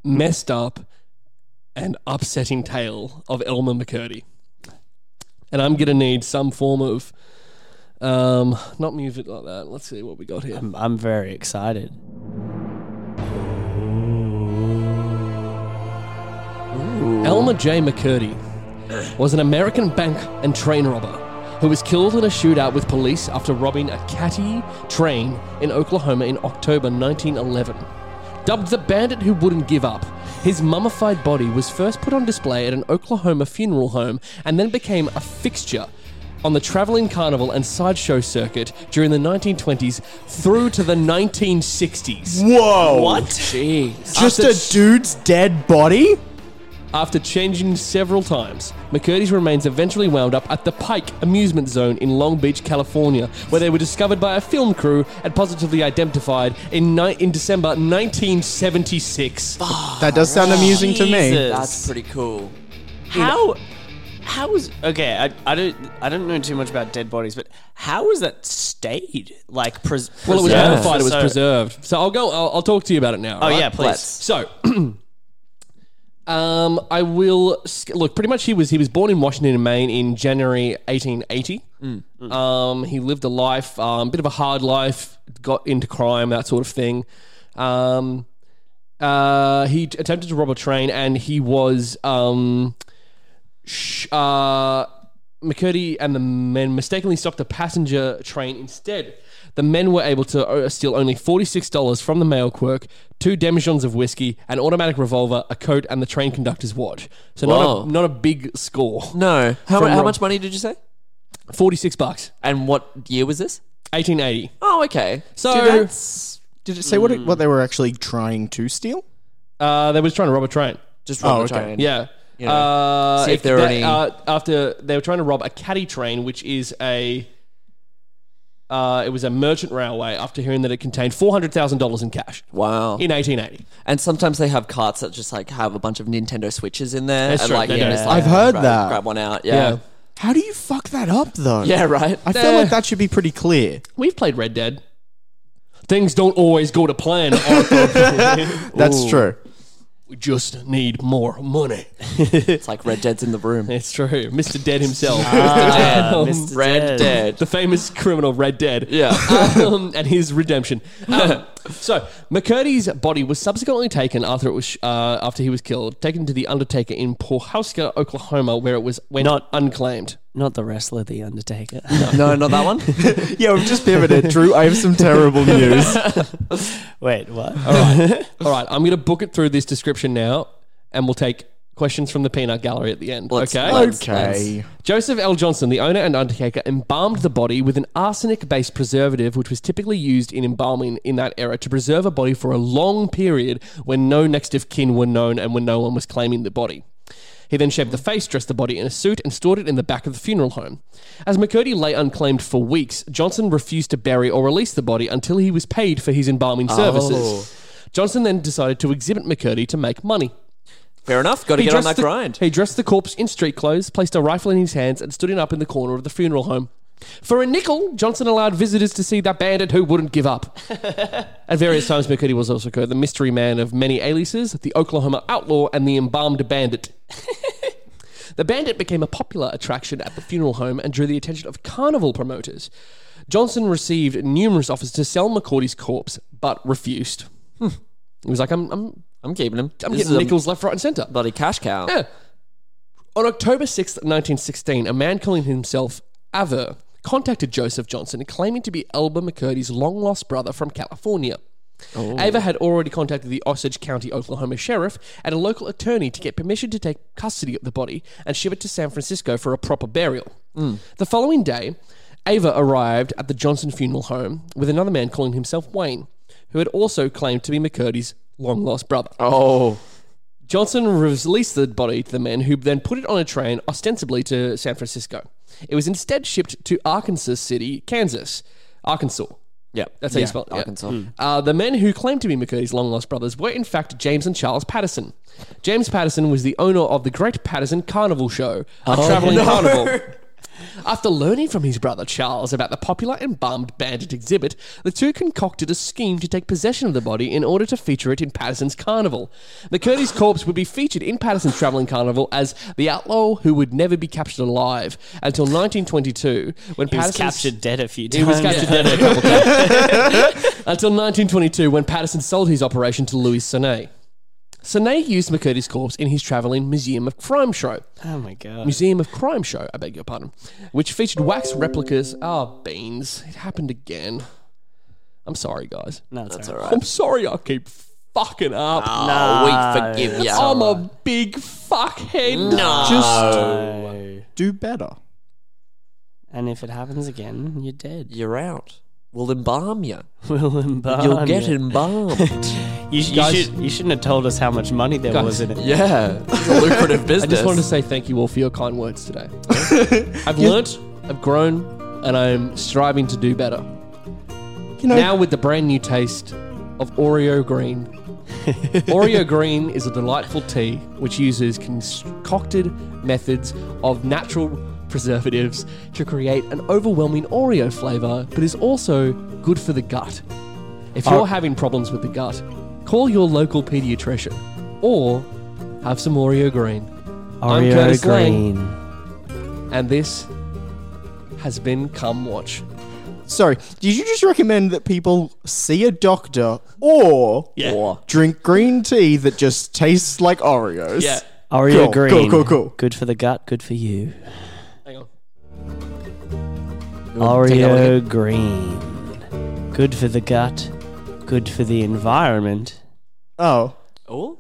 C: messed up, and upsetting tale of Elmer McCurdy. And I'm going to need some form of, um, not music like that. Let's see what we got here.
E: I'm, I'm very excited.
C: Elmer J. McCurdy was an American bank and train robber who was killed in a shootout with police after robbing a catty train in Oklahoma in October 1911. Dubbed the bandit who wouldn't give up, his mummified body was first put on display at an Oklahoma funeral home and then became a fixture on the traveling carnival and sideshow circuit during the 1920s through to the 1960s.
F: Whoa!
D: Jeez.
F: Just
C: After
F: a dude's dead body?
C: After changing several times, McCurdy's remains eventually wound up at the Pike Amusement Zone in Long Beach, California, where they were discovered by a film crew and positively identified in, ni- in December 1976.
F: That does sound amusing to me.
E: Jesus.
D: That's pretty cool.
E: How? How was okay? I, I don't I don't know too much about dead bodies, but how was that stayed? Like, pres-
C: Well, it was
E: preserved
C: modified,
E: for
C: it was
E: so-
C: preserved. So I'll go, I'll, I'll talk to you about it now.
E: Oh
C: alright?
E: yeah, please.
D: Let's.
C: So, um, I will sk- look. Pretty much, he was he was born in Washington and Maine in January 1880. Um, he lived a life, um, bit of a hard life. Got into crime, that sort of thing. Um, uh, he t- attempted to rob a train, and he was um, sh- uh, McCurdy and the men mistakenly stopped a passenger train instead. The men were able to uh, steal only $46 from the mail clerk, two demijohns of whiskey, an automatic revolver, a coat, and the train conductor's watch. So
D: Whoa.
C: not a, not a big score.
D: No. How, mu-
C: From
D: how
C: Rob-
D: much money did you say?
C: 46 bucks.
D: And what year was this?
C: 1880.
D: Oh, okay.
C: So-
D: Dude, that's
F: Did it say what, it, what they were actually trying to steal?
C: Uh, they was trying to rob a train.
D: just rob
F: Oh,
D: the
F: okay.
D: train.
C: Yeah.
D: You know,
C: Uh,
D: see if there are
C: that-
D: any-
C: uh, after they were trying to rob a caddy train, which is a. Uh, it was a merchant railway. After hearing that it contained four hundred thousand dollars in cash
D: wow.
C: in eighteen eighty,
D: and sometimes they have carts that just like have a bunch of Nintendo Switches in there.
C: That's
D: and,
C: true,
D: Like,
C: they
D: you
C: do.
D: just, like,
F: I've heard
D: grab,
F: that.
D: Grab one out. Yeah.
C: Yeah.
D: Yeah,
F: How do you fuck that up though?
D: right.
F: I feel like that should be pretty clear.
C: we've played Red Dead. Things don't always go to plan.
F: That's true.
C: we just need more money.
D: it's like Red Dead's in the room.
C: It's true, Mister Dead himself,
D: Dead.
E: Mr.
D: Red
E: Dead.
D: Dead.
C: the famous criminal Red Dead.
D: Yeah.
C: um, and his redemption. Um, so McCurdy's body was subsequently taken after it was sh- uh, after he was killed, taken to the Undertaker in Pawhuska, Oklahoma, where it was went
E: Not-
C: unclaimed.
E: Not the wrestler, the Undertaker.
D: No, not that one.
F: Yeah, we've just pivoted. Drew, I have some terrible news.
E: Wait, what?
C: All right, I'm going to book it through this description now, and we'll take questions from the peanut gallery at the end.
D: Let's-
C: okay.
D: let's-
F: Okay.
C: Joseph L. Johnson, the owner and undertaker, embalmed the body with an arsenic based preservative, which was typically used in embalming in that era to preserve a body for a long period when no next of kin were known and when no one was claiming the body. He then shaved the face, dressed the body in a suit, and stored it in the back of the funeral home. As McCurdy lay unclaimed for weeks, Johnson refused to bury or release the body until he was paid for his embalming services. Johnson then decided to exhibit McCurdy to make money.
D: Fair enough. Got to get on that
C: dressed the-
D: grind.
C: He dressed the corpse in street clothes, placed a rifle in his hands, and stood it up in the corner of the funeral home. For a nickel, Johnson allowed visitors to see that bandit who wouldn't give up. At various times, McCurdy was also called the mystery man of many aliases, the Oklahoma outlaw, and the embalmed bandit. The bandit became a popular attraction at the funeral home and drew the attention of carnival promoters. Johnson received numerous offers to sell McCordy's corpse, but refused. Hmm. He was like, I'm, I'm,
D: I'm keeping him.
C: I'm
D: This
C: getting
D: is a
C: nickels left, right, and centre.
D: Bloody cash cow.
C: Yeah. On October 6th, 1916, a man calling himself Aver contacted Joseph Johnson claiming to be Elba McCurdy's long lost brother from California. Aver had already contacted the Osage County, Oklahoma sheriff and a local attorney to get permission to take custody of the body and ship it to San Francisco for a proper burial. The following day, Ava arrived at the Johnson funeral home with another man calling himself Wayne, who had also claimed to be McCurdy's long lost brother.
D: Oh.
C: Johnson released the body to the men, who then put it on a train, ostensibly to San Francisco. It was instead shipped to Arkansas City, Kansas. Arkansas.
D: Yeah.
C: That's how you spell it. yeah.
D: Arkansas.
C: Uh, the men who claimed to be McCurdy's long lost brothers were, in fact, James and Charles Patterson. James Patterson was the owner of the Great Patterson Carnival Show, a
D: Oh.
C: traveling carnival. After learning from his brother Charles about the popular embalmed bandit exhibit, the two concocted a scheme to take possession of the body in order to feature it in Patterson's carnival. McCurdy's corpse would be featured in Patterson's traveling carnival as the outlaw who would never be captured alive until 1922, when
E: He was
C: Patterson's-
E: captured dead a few times.
C: he was captured dead a couple times. Until 1922, when Patterson sold his operation to Louis Sonnet. Sonnet used McCurdy's corpse in his travelling Museum of Crime show.
E: Oh my god.
C: Museum of Crime show, I beg your pardon, which featured wax replicas. Ah, beans. It happened again. I'm sorry, guys.
E: No, it's all right.
C: I'm sorry I keep fucking up.
F: Ah,
D: Oh, we forgive you.
C: I'm a big fuckhead.
F: Just do better.
E: And if it happens again, you're dead.
D: You're out. We'll embalm you.
E: We'll embalm
D: You'll get
E: you.
D: embalmed.
E: You, sh- you,
C: Guys-
E: should, you shouldn't have told us how much money there
C: Guys.
E: was in it.
D: yeah. It's a lucrative business.
C: I just wanted to say thank you all for your kind words today. I've learnt, I've grown, and I'm striving to do better.
F: You know,
C: Now with the brand new taste of Oreo Green. Oreo Green is a delightful tea which uses concocted methods of natural preservatives to create an overwhelming Oreo flavor, but is also good for the gut. If you're
E: Uh,
C: having problems with the gut, call your local pediatrician or have some Oreo Green. I'm Curtis
E: Oreo
C: Lang.
E: Green.
C: And this has been Come Watch.
F: sorry. Did you just recommend that people see a doctor or
E: Yeah.
D: Or-
F: drink green tea that just tastes like Oreos?
D: Yeah.
E: Oreo
F: Cool,
E: Green.
F: cool, cool, cool.
E: Good for the gut, good for you.
C: Hang on.
D: Take that one again.
E: Oreo Green. Good for the gut, good for the environment.
F: Oh,
D: Oh.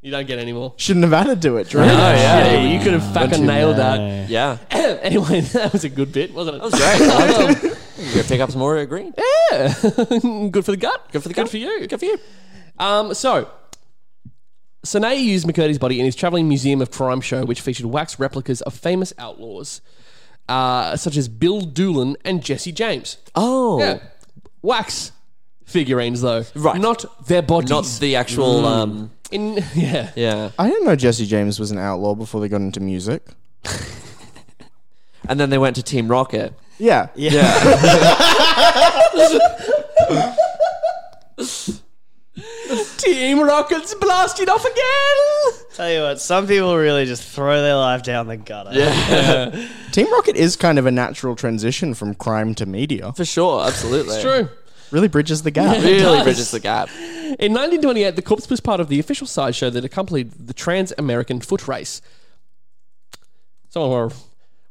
C: You don't get any more.
F: shouldn't have added to it, Drew.
D: Oh, yeah.
C: you could have fucking nailed that.
D: Yeah.
C: anyway, that was a good bit, wasn't it?
D: That was great. I liked it. You Go pick up some Oreo Green.
C: Hmm, Yeah. good for the gut. Good for the gut. Good for you.
D: Good for you.
C: Um, so Sanaya Um, used McCurdy's body in his traveling museum of crime show, which featured wax replicas of famous outlaws, uh, such as Bill Doolin and Jesse James.
D: Oh,
C: Yeah. Wax figurines, though.
D: Right.
C: Not their bodies.
D: not the actual. Um,
C: In, yeah.
D: yeah,
F: I didn't know Jesse James was an outlaw before they got into music.
D: and then they went to Team Rocket.
F: Yeah. Yeah.
C: Team Rocket's blasted off again!
E: Tell you what, some people really just throw their life down the gutter.
F: Team Rocket is kind of a natural transition from crime to media.
D: For sure, absolutely.
C: It's true.
F: Really bridges the gap.
D: Really bridges the gap.
C: In 1928, the corpse was part of the official sideshow that accompanied the Trans American Foot Race. Some of our,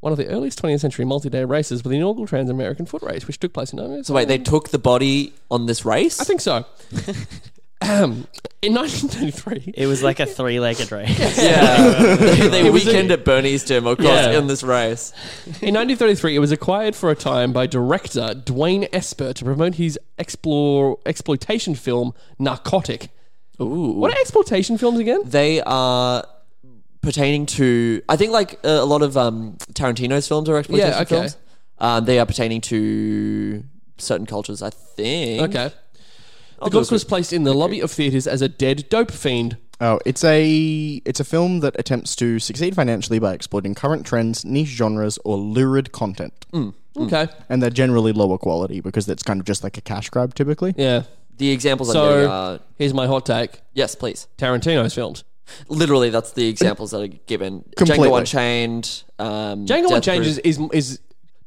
C: one of the earliest 20th century multi day races with the inaugural Trans American Foot Race, which took place in.
D: So wait, they took the body on this race?
C: I think so. um, in 1933.
E: It was like a three-legged race.
D: yeah. they they weekend at Bernie's gym, of course,
C: Yeah.
D: in this race.
C: In 1933, it was acquired for a time by director Dwayne Esper to promote his explore, exploitation film Narcotic.
D: Ooh.
C: What are exploitation films again?
D: They are pertaining to. I think like uh, a lot of um, Tarantino's films are exploitation
C: Yeah, okay.
D: films. Um, they are pertaining to certain cultures. I think.
C: Okay. The corpse was placed in the lobby of theatres as a dead dope fiend.
F: Oh, it's a it's a film that attempts to succeed financially by exploiting current trends, niche genres, or lurid content,
C: Mm.
D: Hmm.
C: Okay.
F: and they're generally lower quality because that's kind of just like a cash grab typically.
C: Yeah.
D: The examples I'm
C: So
D: giving are
C: here's my hot take:
D: uh, yes, please.
C: Tarantino's films.
D: Literally, that's the examples that are given.
F: Completely.
D: Django Unchained. Um,
C: Django
D: Death
C: Unchained is
D: Proof-
C: is, is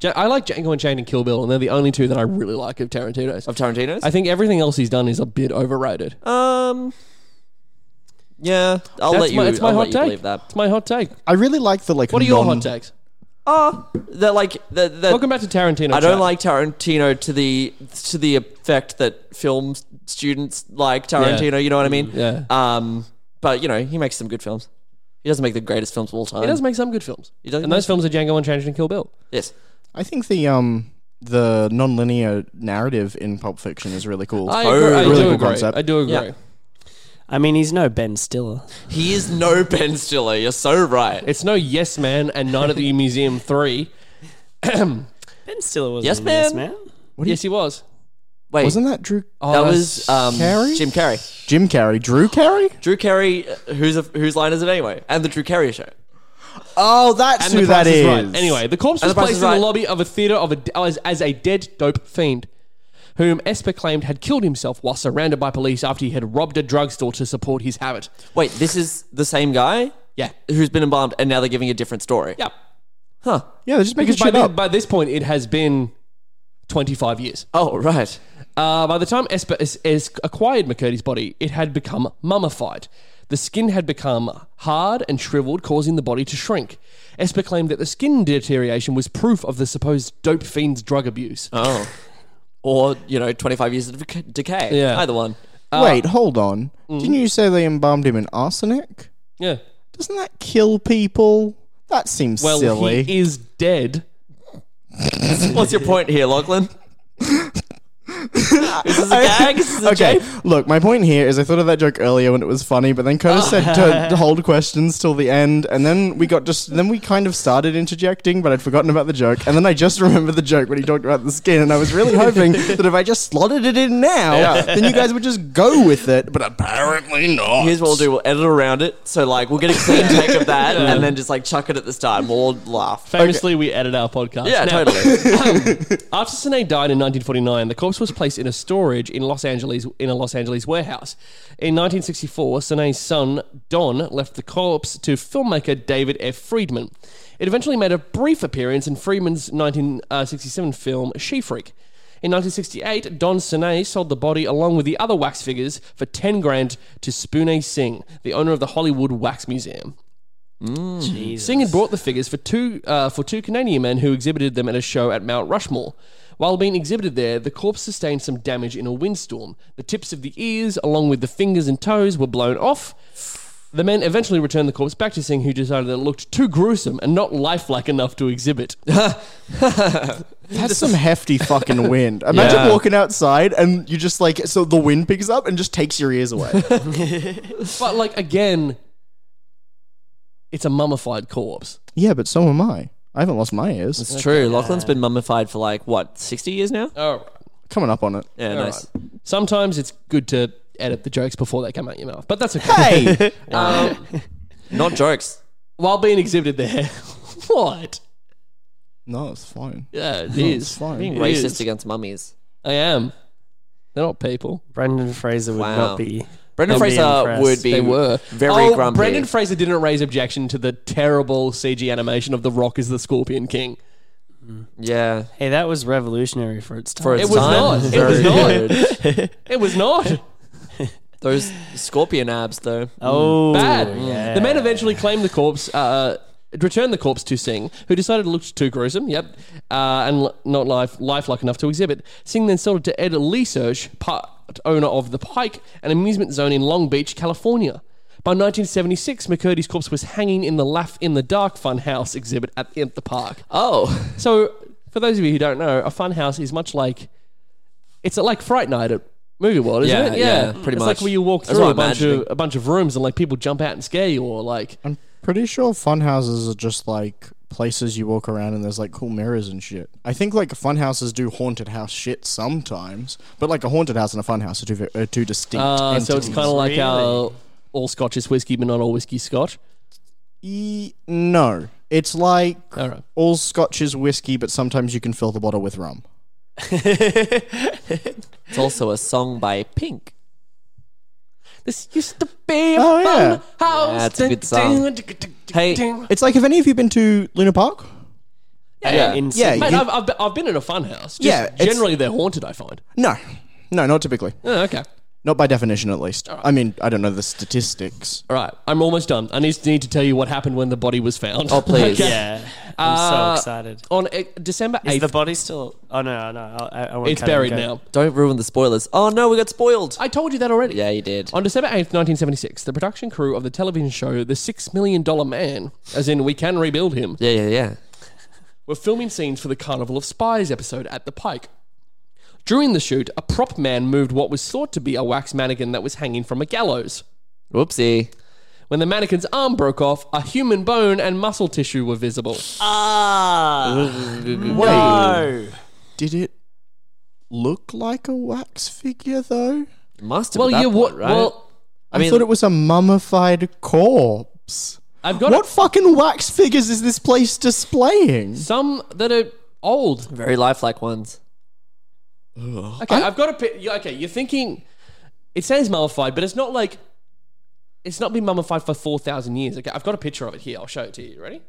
C: Ja- I like Django Unchained and Kill Bill, and they're the only two that I really like of Tarantino's.
D: of Tarantino's.
C: I think everything else he's done is a bit overrated.
D: um. Yeah, I'll
C: That's
D: let you.
C: my, it's my
D: I'll
C: hot
D: let you
C: take.
D: believe that.
C: It's my hot take.
F: I really like the like.
C: What are your
F: non-
C: hot takes?
D: Ah, they're like they're, they're,
C: Welcome back to Tarantino.
D: I don't
C: chat.
D: like Tarantino to the to the effect that film students like Tarantino.
C: Yeah.
D: You know what I mean?
C: Yeah.
D: Um, but you know, he makes some good films. He doesn't make the greatest films of all time.
C: He does make some good films,
D: He does
C: and those films are Django Unchained and Kill Bill.
D: yes.
F: I think the um the non-linear narrative in Pulp Fiction is really cool.
C: I, agree, I
F: really
C: do
F: cool
C: agree.
F: concept.
C: I do agree.
D: Yeah.
E: I mean, he's no Ben Stiller.
D: He is no Ben Stiller. You're so right.
C: It's no Yes Man and Night at the Museum Three.
E: Ben Stiller was
D: Yes,
E: yes, man. yes
D: man.
E: man.
C: yes, he was.
D: Wait,
F: Wasn't that Drew?
C: Oh,
D: that was
C: that's-
D: um,
F: Carrey?
D: Jim Carrey.
F: Jim Carrey, Drew Carrey.
D: Drew Carrey. uh, Who's a, whose line is it anyway? And the Drew Carrey show.
F: Oh, that's
C: And
F: who
C: the
F: that
C: Price
F: is.
C: Right. Anyway, the corpse
D: And
C: was
D: the Price
C: placed
D: is
C: in the
D: Right.
C: lobby of a theatre of a, as, as a dead dope fiend, whom Esper claimed had killed himself while surrounded by police after he had robbed a drugstore to support his habit.
D: Wait, this is the same guy.
C: Yeah.
D: Who's been embalmed and now they're giving a different story.
C: Yep.
D: Huh.
F: yeah, they're just making
C: Because by,
F: shit
C: thi-
F: up.
C: by this point, it has been 25 years.
D: Oh right.
C: Uh, by the time Esper is, is acquired McCurdy's body, it had become mummified. The skin had become hard and shriveled, causing the body to shrink. Esper claimed that the skin deterioration was proof of the supposed dope fiend's drug abuse.
D: Oh. Or, you know, 25 years of dec- decay.
C: Yeah.
D: Either one.
C: Uh,
F: Wait, hold on.
C: mm.
F: Didn't you say they embalmed him in arsenic?
C: yeah.
F: Doesn't that kill people? That seems
C: Well,
F: silly.
C: he is dead.
D: What's your point here, Lachlan? is this a gag? Is this a
F: okay,
D: joke?
F: look, my point here is I thought of that joke earlier when it was funny, but then Curtis said to, to hold questions till the end, and then we got just then we kind of started interjecting, but I'd forgotten about the joke, and then I just remembered the joke when he talked about the skin, and I was really hoping that if I just slotted it in now, then you guys would just go with it, but apparently not.
D: Here's what we'll do. We'll edit around it. So, like, we'll get a clean take of that and then just, like, chuck it at the start and we'll all laugh.
C: Famously, we edit our podcast.
D: Yeah,
C: Now,
D: totally.
C: After Sine died in 1949, the corpse was placed in a storage in Los Angeles in a Los Angeles warehouse. In 1964, Sine's son Don left the corpse to filmmaker David F. Friedman. It eventually made a brief appearance in Friedman's 1967 film She Freak. In 1968, Don Sine sold the body along with the other wax figures for 10 grand to Spune Singh, the owner of the Hollywood Wax Museum.
E: Jesus.
C: Singh had bought the figures for two uh, for two Canadian men who exhibited them at a show at Mount Rushmore. While being exhibited there, the corpse sustained some damage in a windstorm. The tips of the ears, along with the fingers and toes, were blown off. The men eventually returned the corpse back to Singh, who decided that it looked too gruesome and not lifelike enough to exhibit.
F: That's some hefty fucking wind. Imagine
C: Yeah.
F: walking outside and you just like so the wind picks up and just takes your ears away.
C: But like again, it's a mummified corpse.
F: yeah, but so am I. I haven't lost my ears.
D: It's true. Lachlan's been mummified for like what, sixty years now?
C: Oh,
F: Coming up on it.
D: Yeah, nice.
C: sometimes it's good to edit the jokes before they come out your mouth, but that's okay.
F: Hey,
C: Um,
D: Not jokes.
C: while being exhibited there, what?
F: no, it's fine.
C: Yeah, it
F: No, it's
C: is.
F: fine.
C: It
D: Racist
C: is.
D: against mummies.
C: I am. They're not people.
E: Brendan Fraser would
D: Wow.
E: not be.
D: Brendan
E: They'll be
D: Fraser
E: impressed.
D: would be
C: They were
D: very
C: oh,
D: grumpy.
C: Brendan Fraser didn't raise objection to the terrible CG animation of The Rock as the Scorpion King.
D: yeah.
E: Hey, that was revolutionary for its time.
D: For its
C: It was
D: time,
C: not. It was
D: very
C: not.
D: good.
C: It was not.
D: Those scorpion abs, though.
E: oh,
C: bad.
E: yeah.
C: The man eventually claimed the corpse, uh, returned the corpse to Singh, who decided it looked too gruesome, yep, uh, and l- not life lifelike enough to exhibit. Singh then sold it to Ed Leesurge, part owner of the Pike, an amusement zone in Long Beach, California. By 1976, McCurdy's corpse was hanging in the Laugh in the Dark Funhouse exhibit at, at the park.
D: Oh,
C: So, for those of you who don't know, a funhouse is much like it's like Fright Night at Movie World, isn't
D: Yeah,
C: it?
D: yeah, pretty
C: it's
D: much.
C: like where you walk
D: That's
C: through
D: what
C: a
D: I'm
C: bunch
D: imagining.
C: of a bunch of rooms and like people jump out and scare you, or like
F: I'm pretty sure fun houses are just like places you walk around and there's like cool mirrors and shit. I think like fun houses do haunted house shit sometimes, but like a haunted house and a fun house are two, ve- are two distinct.
C: uh, so it's
F: entities.
C: kind of like uh,
E: Really?
C: all Scotch is whiskey, but not all whiskey is Scotch.
F: E- no, it's like
C: All right.
F: all scotch is whiskey, but sometimes you can fill the bottle with rum.
D: it's also a song by Pink.
C: This used to be a
F: Oh, yeah.
C: fun house.
D: Yeah, it's a good song. Hey,
F: It's like, have any of you been to Luna Park?
D: yeah.
E: In
F: Yeah,
E: Sydney.
C: Mate,
F: you-
C: I've, I've, been- I've been in a fun house. Just
F: Yeah, it's-
C: generally they're haunted. I find.
F: No, no, not typically.
C: Oh, okay.
F: Not by definition, at least. I mean, I don't know the statistics.
C: All right. I'm almost done. I need, need to tell you what happened when the body was found.
D: Oh, please.
E: yeah. I'm
C: Uh,
E: so excited.
C: On uh, December
E: Is
C: 8th,
E: the body still? Oh no, no. I, I won't
C: it's
E: cut it.
C: buried
E: Go.
C: now.
D: Don't ruin the spoilers. Oh no, we got spoiled.
C: I told you that already.
D: Yeah, you did.
C: On December 8th, 1976, the production crew of the television show The Six Million Dollar Man, as in We Can Rebuild Him,
D: Yeah, yeah, yeah.
C: were filming scenes for the Carnival of Spies episode at the Pike. During the shoot, a prop man moved what was thought to be a wax mannequin that was hanging from a gallows.
D: Whoopsie.
C: When the mannequin's arm broke off, a human bone and muscle tissue were visible.
E: Ah,
F: Wait,
E: no.
F: did it look like a wax figure though?
D: Must have.
C: Well,
D: at that
C: you
D: point,
C: what?
D: right?
C: Well,
F: I,
D: mean-
F: thought it was a mummified corpse.
C: I've got
F: what
C: it-
F: fucking wax figures is this place displaying?
C: some that are old.
D: very lifelike ones.
C: Okay, I've got a pi- you- Okay, you're thinking it says mummified, but it's not like it's not been mummified for four thousand years. Okay, I've got a picture of it here. I'll show it to you. Ready?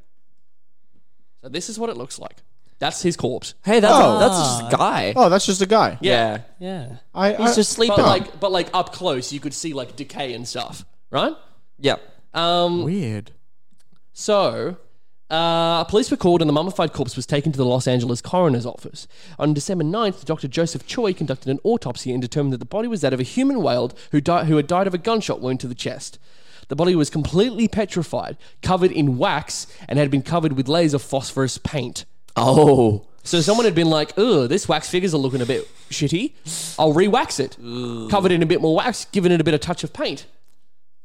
C: So this is what it looks like. That's his corpse.
D: Hey, that's
F: Oh.
D: that's just a guy.
F: Oh, that's just a guy.
D: Yeah,
E: Yeah.
F: I, I- oh,
D: he's just sleeping.
C: But like, but like up close, you could see like decay and stuff, right?
D: yep.
C: Um,
F: weird.
C: so. Uh, police were called and the mummified corpse was taken to the Los Angeles coroner's office. On December 9th, Dr. Joseph Choi conducted an autopsy and determined that the body was that of a human whale who, di- who had died of a gunshot wound to the chest. The body was completely petrified, covered in wax, and had been covered with layers of phosphorus paint.
D: Oh,
C: So someone had been like, "Ugh, this wax figures are looking a bit shitty. I'll re-wax it, covered in a bit more wax, giving it a bit of touch of paint."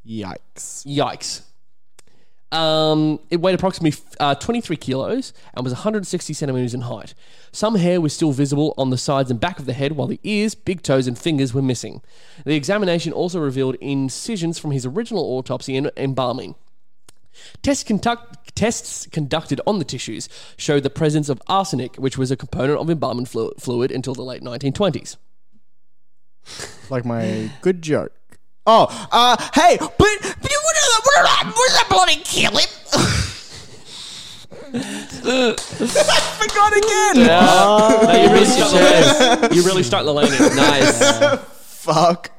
F: Yikes.
C: Yikes. Um, it weighed approximately uh, 23 kilos and was 160 centimeters in height. Some hair was still visible on the sides and back of the head, while the ears, big toes, and fingers were missing. The examination also revealed incisions from his original autopsy and embalming. Test conduct- tests conducted on the tissues showed the presence of arsenic, which was a component of embalming flu- fluid until the late 1920s.
F: Like my good joke. Oh, uh, hey, but but you would that would that bloody kill him? I forgot again.
C: you, really start the lane. you really start the lane. in.
D: nice.
F: Fuck.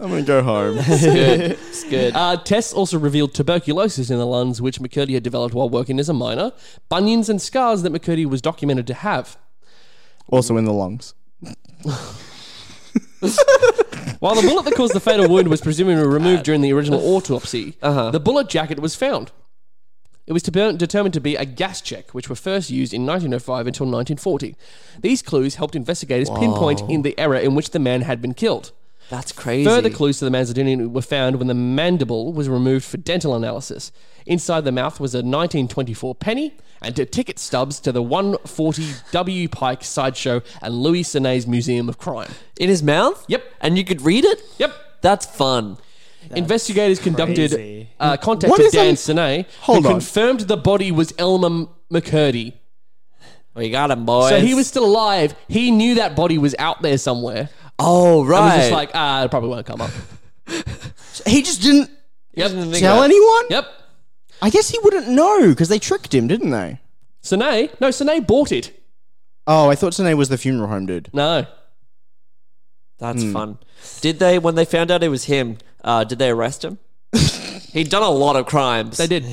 F: I'm gonna go home.
D: it's good.
C: Uh, tests also revealed tuberculosis in the lungs, which McCurdy had developed while working as a miner, bunions and scars that McCurdy was documented to have.
F: also in the lungs.
C: While the bullet that caused the fatal wound was presumably removed during the original autopsy, the bullet jacket was found. It was deter- determined to be a gas check, which were first used in 1905 until 1940. These clues helped investigators pinpoint in the era in which the man had been killed.
D: That's crazy.
C: Further clues to the man's identity were found when the mandible was removed for dental analysis. Inside the mouth was a 1924 penny and two ticket stubs to the 140 W Pike sideshow and Louis Senet's Museum of Crime.
D: in his mouth.
C: Yep.
D: and you could read it.
C: Yep.
D: that's fun.
C: Investigators conducted
E: crazy.
C: uh, contact
F: What
C: with
F: is
C: Dan
F: un-
C: Senet,
F: Hold
C: who
F: on.
C: confirmed the body was Elmer McCurdy.
D: We got him, boys.
C: So he was still alive. He knew that body was out there somewhere.
D: Oh
C: I was
D: right.
C: just like, ah, it probably won't come up.
F: He just didn't
C: Yep.
F: tell anyone.
C: Yep.
F: I guess he wouldn't know because they tricked him, didn't they?
C: Senet? No, Senet bought it.
F: Oh, I thought Sine was the funeral home dude.
C: No.
D: That's fun. Did they when they found out it was him? Uh, did they arrest him? He'd done a lot of crimes.
C: They did.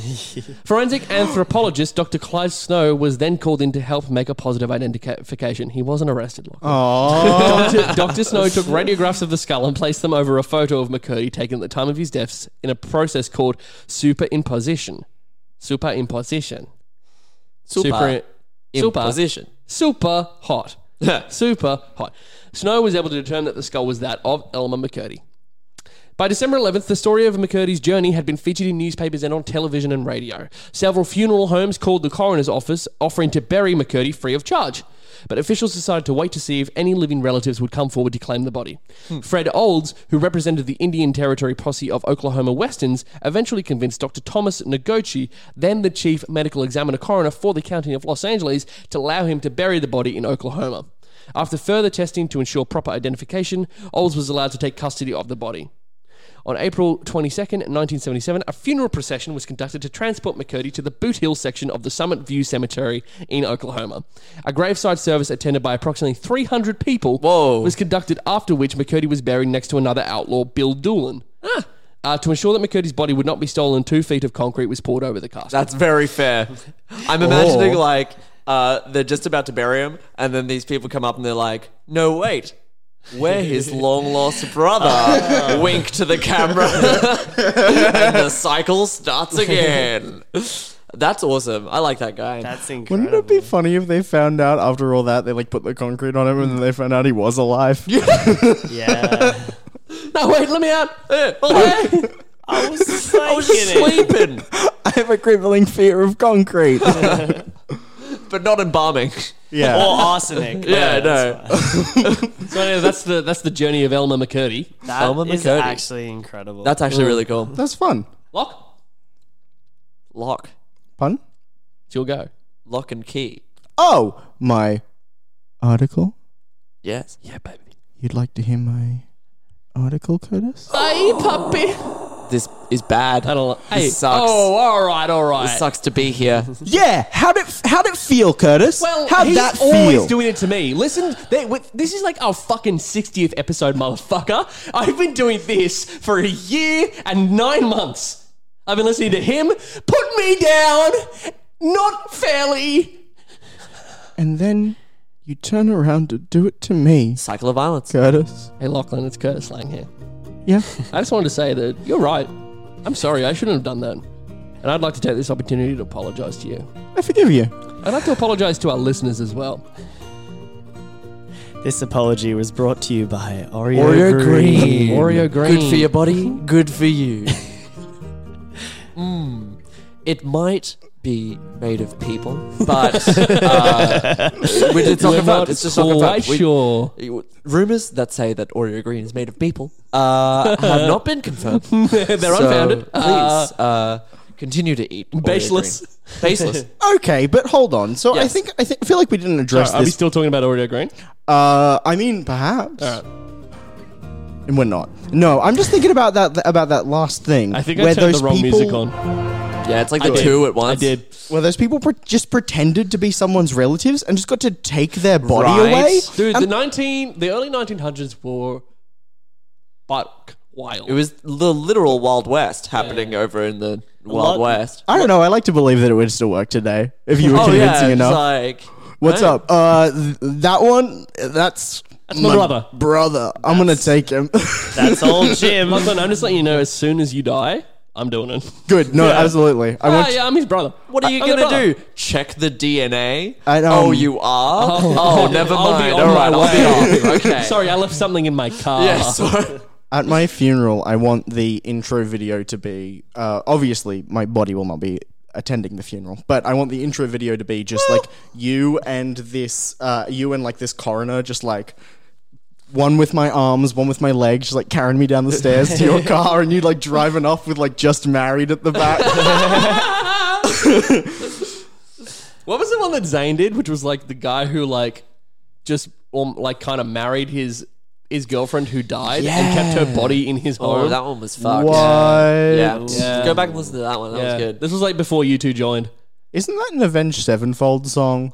C: Forensic anthropologist Dr. Clive Snow was then called in to help make a positive identification. He wasn't arrested. Lachlan.
F: Oh,
C: Dr. Dr. Snow took radiographs of the skull and placed them over a photo of McCurdy taken at the time of his deaths in a process called superimposition. Superimposition.
D: Super
C: super,
D: imposition.
C: super hot. super hot. Snow was able to determine that the skull was that of Elmer McCurdy. By December 11th, the story of McCurdy's journey had been featured in newspapers and on television and radio. Several funeral homes called the coroner's office offering to bury McCurdy free of charge. But officials decided to wait to see if any living relatives would come forward to claim the body. Fred Olds, who represented the Indian Territory posse of Oklahoma Westerns, eventually convinced Dr. Thomas Noguchi, then the chief medical examiner coroner for the county of Los Angeles, to allow him to bury the body in Oklahoma. After further testing to ensure proper identification, Olds was allowed to take custody of the body. On April 22nd, 1977, a funeral procession was conducted to transport McCurdy to the Boot Hill section of the Summit View Cemetery in Oklahoma. A graveside service attended by approximately 300 people
D: Whoa.
C: was conducted after which McCurdy was buried next to another outlaw, Bill Doolan. Uh, to ensure that McCurdy's body would not be stolen, two feet of concrete was poured over the casket.
D: That's very fair. I'm imagining
F: Or-
D: like uh, they're just about to bury him, and then these people come up and they're like, "No, wait." We're his long lost brother. Wink to the camera. and the cycle starts again. That's awesome. I like that guy.
E: That's incredible.
F: wouldn't it be funny if they found out after all that they like put the concrete on him and then they found out he was alive?
E: Yeah.
C: no, wait, let me out.
D: Eh, oh, eh,
E: I was just
D: I was just sleeping,
F: I have a crippling fear of concrete.
D: but not embalming.
E: Or
C: Oh.
F: yeah.
E: arsenic.
D: Yeah, no.
C: So anyway, that's the that's the journey of Elmer McCurdy.
D: Thelma
E: That is
D: McCurdy.
E: actually incredible.
D: That's actually really cool.
F: That's fun.
C: Lock,
D: Lock,
F: Pun?
C: it's your go.
D: lock and key.
F: Oh, my article?
D: Yes. Yeah, baby.
F: You'd like to hear my article, Curtis?
C: Hey, puppy.
D: This is bad.
C: I don't. li- Hey,
D: sucks.
C: Oh, all right, all right.
D: It sucks to be here.
F: Yeah, how'd it, how'd it feel, Curtis?
C: Well,
F: how'd
C: he's
F: that
C: always
F: feel?
C: doing it to me. Listen, they, with, this is like our fucking 60th episode, motherfucker. I've been doing this for a year and nine months. I've been listening to him put me down, not fairly.
F: and then you turn around to do it to me,
D: Cycle of violence.
F: Curtis.
C: Hey, Lachlan, it's Curtis Lang here.
F: Yeah.
C: I just wanted to say that you're right. I'm sorry, I shouldn't have done that. And I'd like to take this opportunity to apologize to you.
F: I forgive you.
C: I'd like to apologize to our listeners as well.
E: This apology was brought to you by Oreo,
D: Oreo
E: Green.
D: Green.
C: Oreo Green.
D: Good for your body, good for you. mm. It might be made of people, but uh, we did talk
C: We're
D: about
C: not
D: it's just
C: quite
D: talking about
C: sure.
D: we, rumors that say that Oreo Green is made of people uh, have not been confirmed.
C: They're
D: So
C: unfounded.
D: Please
C: Uh,
D: uh, continue to eat Oreo
C: baseless.
D: Green. Baseless.
F: Okay, but hold on. So I
D: Yes.
F: think I think I feel like we didn't address
C: Sorry, are we
F: this.
C: still talking about Oreo Green?
F: uh, I mean, perhaps.
C: All right.
F: And we're not. No, I'm just thinking about that about that last thing.
C: I think I turned the wrong music on.
D: Yeah, it's like the
C: did.
D: two at once.
C: I did.
F: Where those people pre- just pretended to be someone's relatives and just got to take their body
D: Right.
F: away.
C: Dude, the nineteen, the early nineteen hundreds were, but wild.
D: It was the literal Wild West happening over in the Wild
E: lot-
D: West. Oh,
F: I don't know. I like to believe that it would still work today if you were
C: Oh,
F: convincing
D: it's
F: enough.
D: Like,
F: What's
D: Hey.
F: up? Uh, th- that one. That's that's
C: my brother.
F: Brother, I'm gonna take him.
E: That's old Jim.
C: Lachlan, I'm just letting you know. As soon as you die, I'm doing it.
F: Good. No, absolutely. I
C: Ah,
F: want.
C: yeah, I'm his brother. Uh,
D: What are you
C: I'm their
D: gonna
C: brother.
D: do? Check the DNA?
F: I don't-
D: oh, you are. Oh, never
C: I'll be
D: mind.
C: on
D: All
C: my
D: right, I'll be off. Okay.
C: Sorry, I left something in my car.
D: Yeah, sorry.
F: At my funeral, I want the intro video to be. Uh, obviously, my body will not be attending the funeral, but I want the intro video to be just like you and this, uh, you and like this coroner, just like one with my arms, one with my legs, just like carrying me down the stairs to your car, and you like driving off with like just married at the back.
C: What was the one that Zayn did, which was like the guy who like just um, like kind of married his his girlfriend who died and kept her body in his home.
D: Oh, that one was fucked.
F: What?
D: Yeah.
C: Yeah.
D: Go back and listen to that one. That
C: Yeah.
D: was good.
C: This was like before you two joined.
F: Isn't that an Avenged Sevenfold song?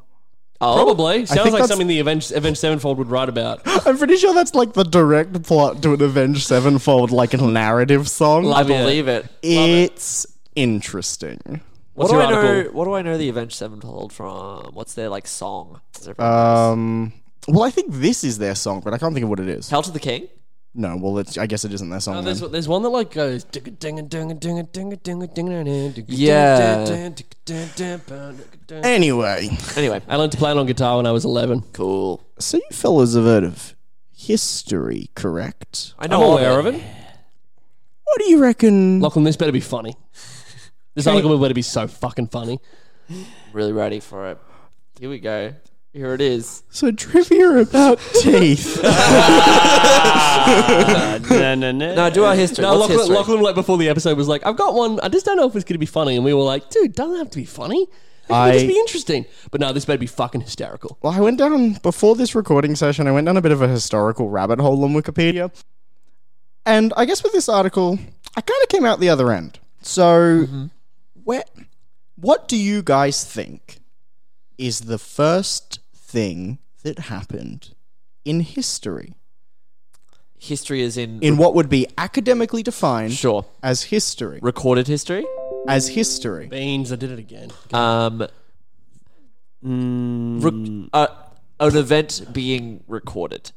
D: Oh,
C: Probably sounds like
F: that's-
C: something the Avenged, Avenged Sevenfold would write about.
F: I'm pretty sure that's like the direct plot to an Avenged Sevenfold, like a narrative song.
D: I
C: Love it.
D: believe it.
F: it's interesting.
D: What
C: What's
D: do
C: your
D: I know?
C: article?
D: What do I know the Avenged Sevenfold from? What's their like song? Is there-
F: Um, well, I think this is their song, but I can't think of what it is.
D: Hail to the King.
F: No, well, it's, I guess it isn't their song.
C: Oh, There's,
F: then.
C: there's one that like goes yeah.
F: Anyway,
D: Anyway,
C: I learned to play it on guitar when I was 11.
D: cool.
F: so you fellas have heard of history, correct?
D: I
C: I'm
D: know all
C: aware of it.
F: What do you reckon?
C: Lachlan, this better be funny. This article better be so fucking funny.
D: Really ready for it. Here we go. Here it is.
F: so trivia about teeth.
E: Uh, no, no, no.
D: No, do our history.
C: No,
D: What's
C: Lachlan,
D: history?
C: Lachlan, like before the episode, was like, "I've got one. I just don't know if it's going to be funny." And we were like, "Dude, doesn't have to be funny. It can
F: I-
C: just be interesting." But no, this better be fucking hysterical.
F: Well, I went down before this recording session. I went down a bit of a historical rabbit hole on Wikipedia, and I guess with this article, I kind of came out the other end. So, where, what do you guys think is the first thing that happened in history?
D: History is in,
F: In what would be academically defined
D: sure
F: as history,
D: recorded history.
F: as history.
C: Beans, I did it again.
D: Um,
E: Mm,
D: rec- uh, an event being recorded.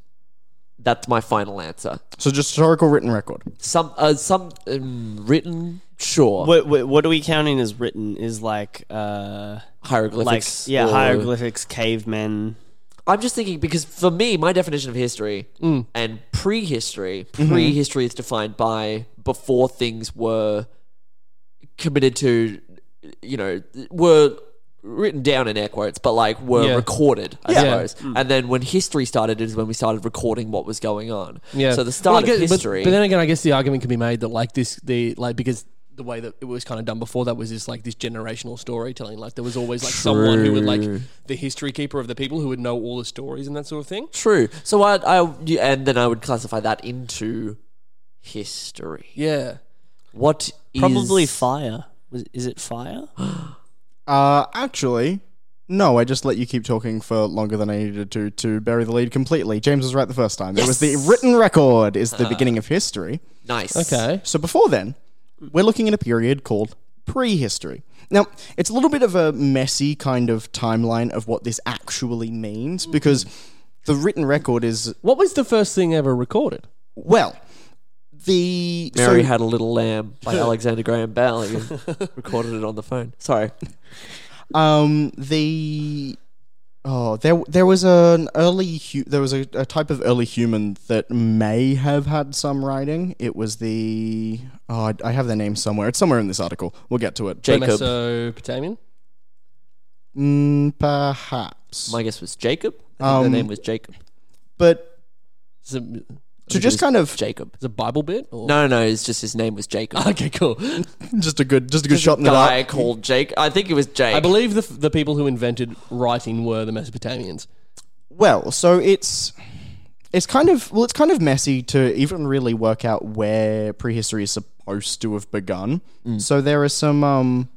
D: That's my final answer.
F: So, just historical written record.
D: Some uh, some um, written, sure.
E: what, what, what are we counting as written is like, uh, like,
D: hieroglyphics.
E: yeah,
D: or-
E: hieroglyphics, cavemen.
D: I'm just thinking because for me, my definition of history
C: Mm.
D: and prehistory,
C: Mm-hmm.
D: prehistory is defined by before things were committed to, you know, were written down in air quotes, but like were
C: Yeah.
D: recorded, I
C: Yeah.
D: suppose. And then when history started is when we started recording what was going on.
C: Yeah.
D: So the start
C: Well, I guess-
D: of
C: but-
D: history.
C: But, then again, I guess the argument can be made that like this, the like because the way that it was kind of done before that was this like this generational storytelling. Like there was always like someone who would like the history keeper of the people who would know all the stories and that sort of thing.
D: True. So I, I, yeah, and then I would classify that into history.
C: Yeah.
D: What is
E: Probably fire. Was, is it fire?
F: Uh, actually, no. I just let you keep talking for longer than I needed to to bury the lead completely. James was right the first time. It was the written record is the beginning of history.
D: nice?
C: Okay.
F: So before then, we're looking at a period called prehistory. Now, it's a little bit of a messy kind of timeline of what this actually means because the written record is
C: What was the first thing ever recorded?
F: well, the so-
D: Mary Had a Little Lamb by Alexander Graham Bell. He recorded it on the phone. Sorry.
F: Um, the oh, there there was an early hu- there was a, a type of early human that may have had some writing. It was the oh, I, I have their name somewhere. It's somewhere in this article. We'll get to it.
D: Jacob.
C: uh, Mesopotamian.
F: Mm, perhaps,
D: My guess was Jacob. I think
F: Um,
D: the name was Jacob.
F: but
C: Is it,
F: to just kind of
D: Jacob.
C: is it Bible bit? Or?
D: No, no, no. It's just his name was Jacob.
C: Okay, cool.
F: just a good just a good shot in the
D: Guy
F: dark.
D: called Jake. I think it was Jake.
C: I believe the, the people who invented writing were the Mesopotamians.
F: Well, so it's it's kind of well, it's kind of messy to even really work out where prehistory is supposed to have begun. So there are some um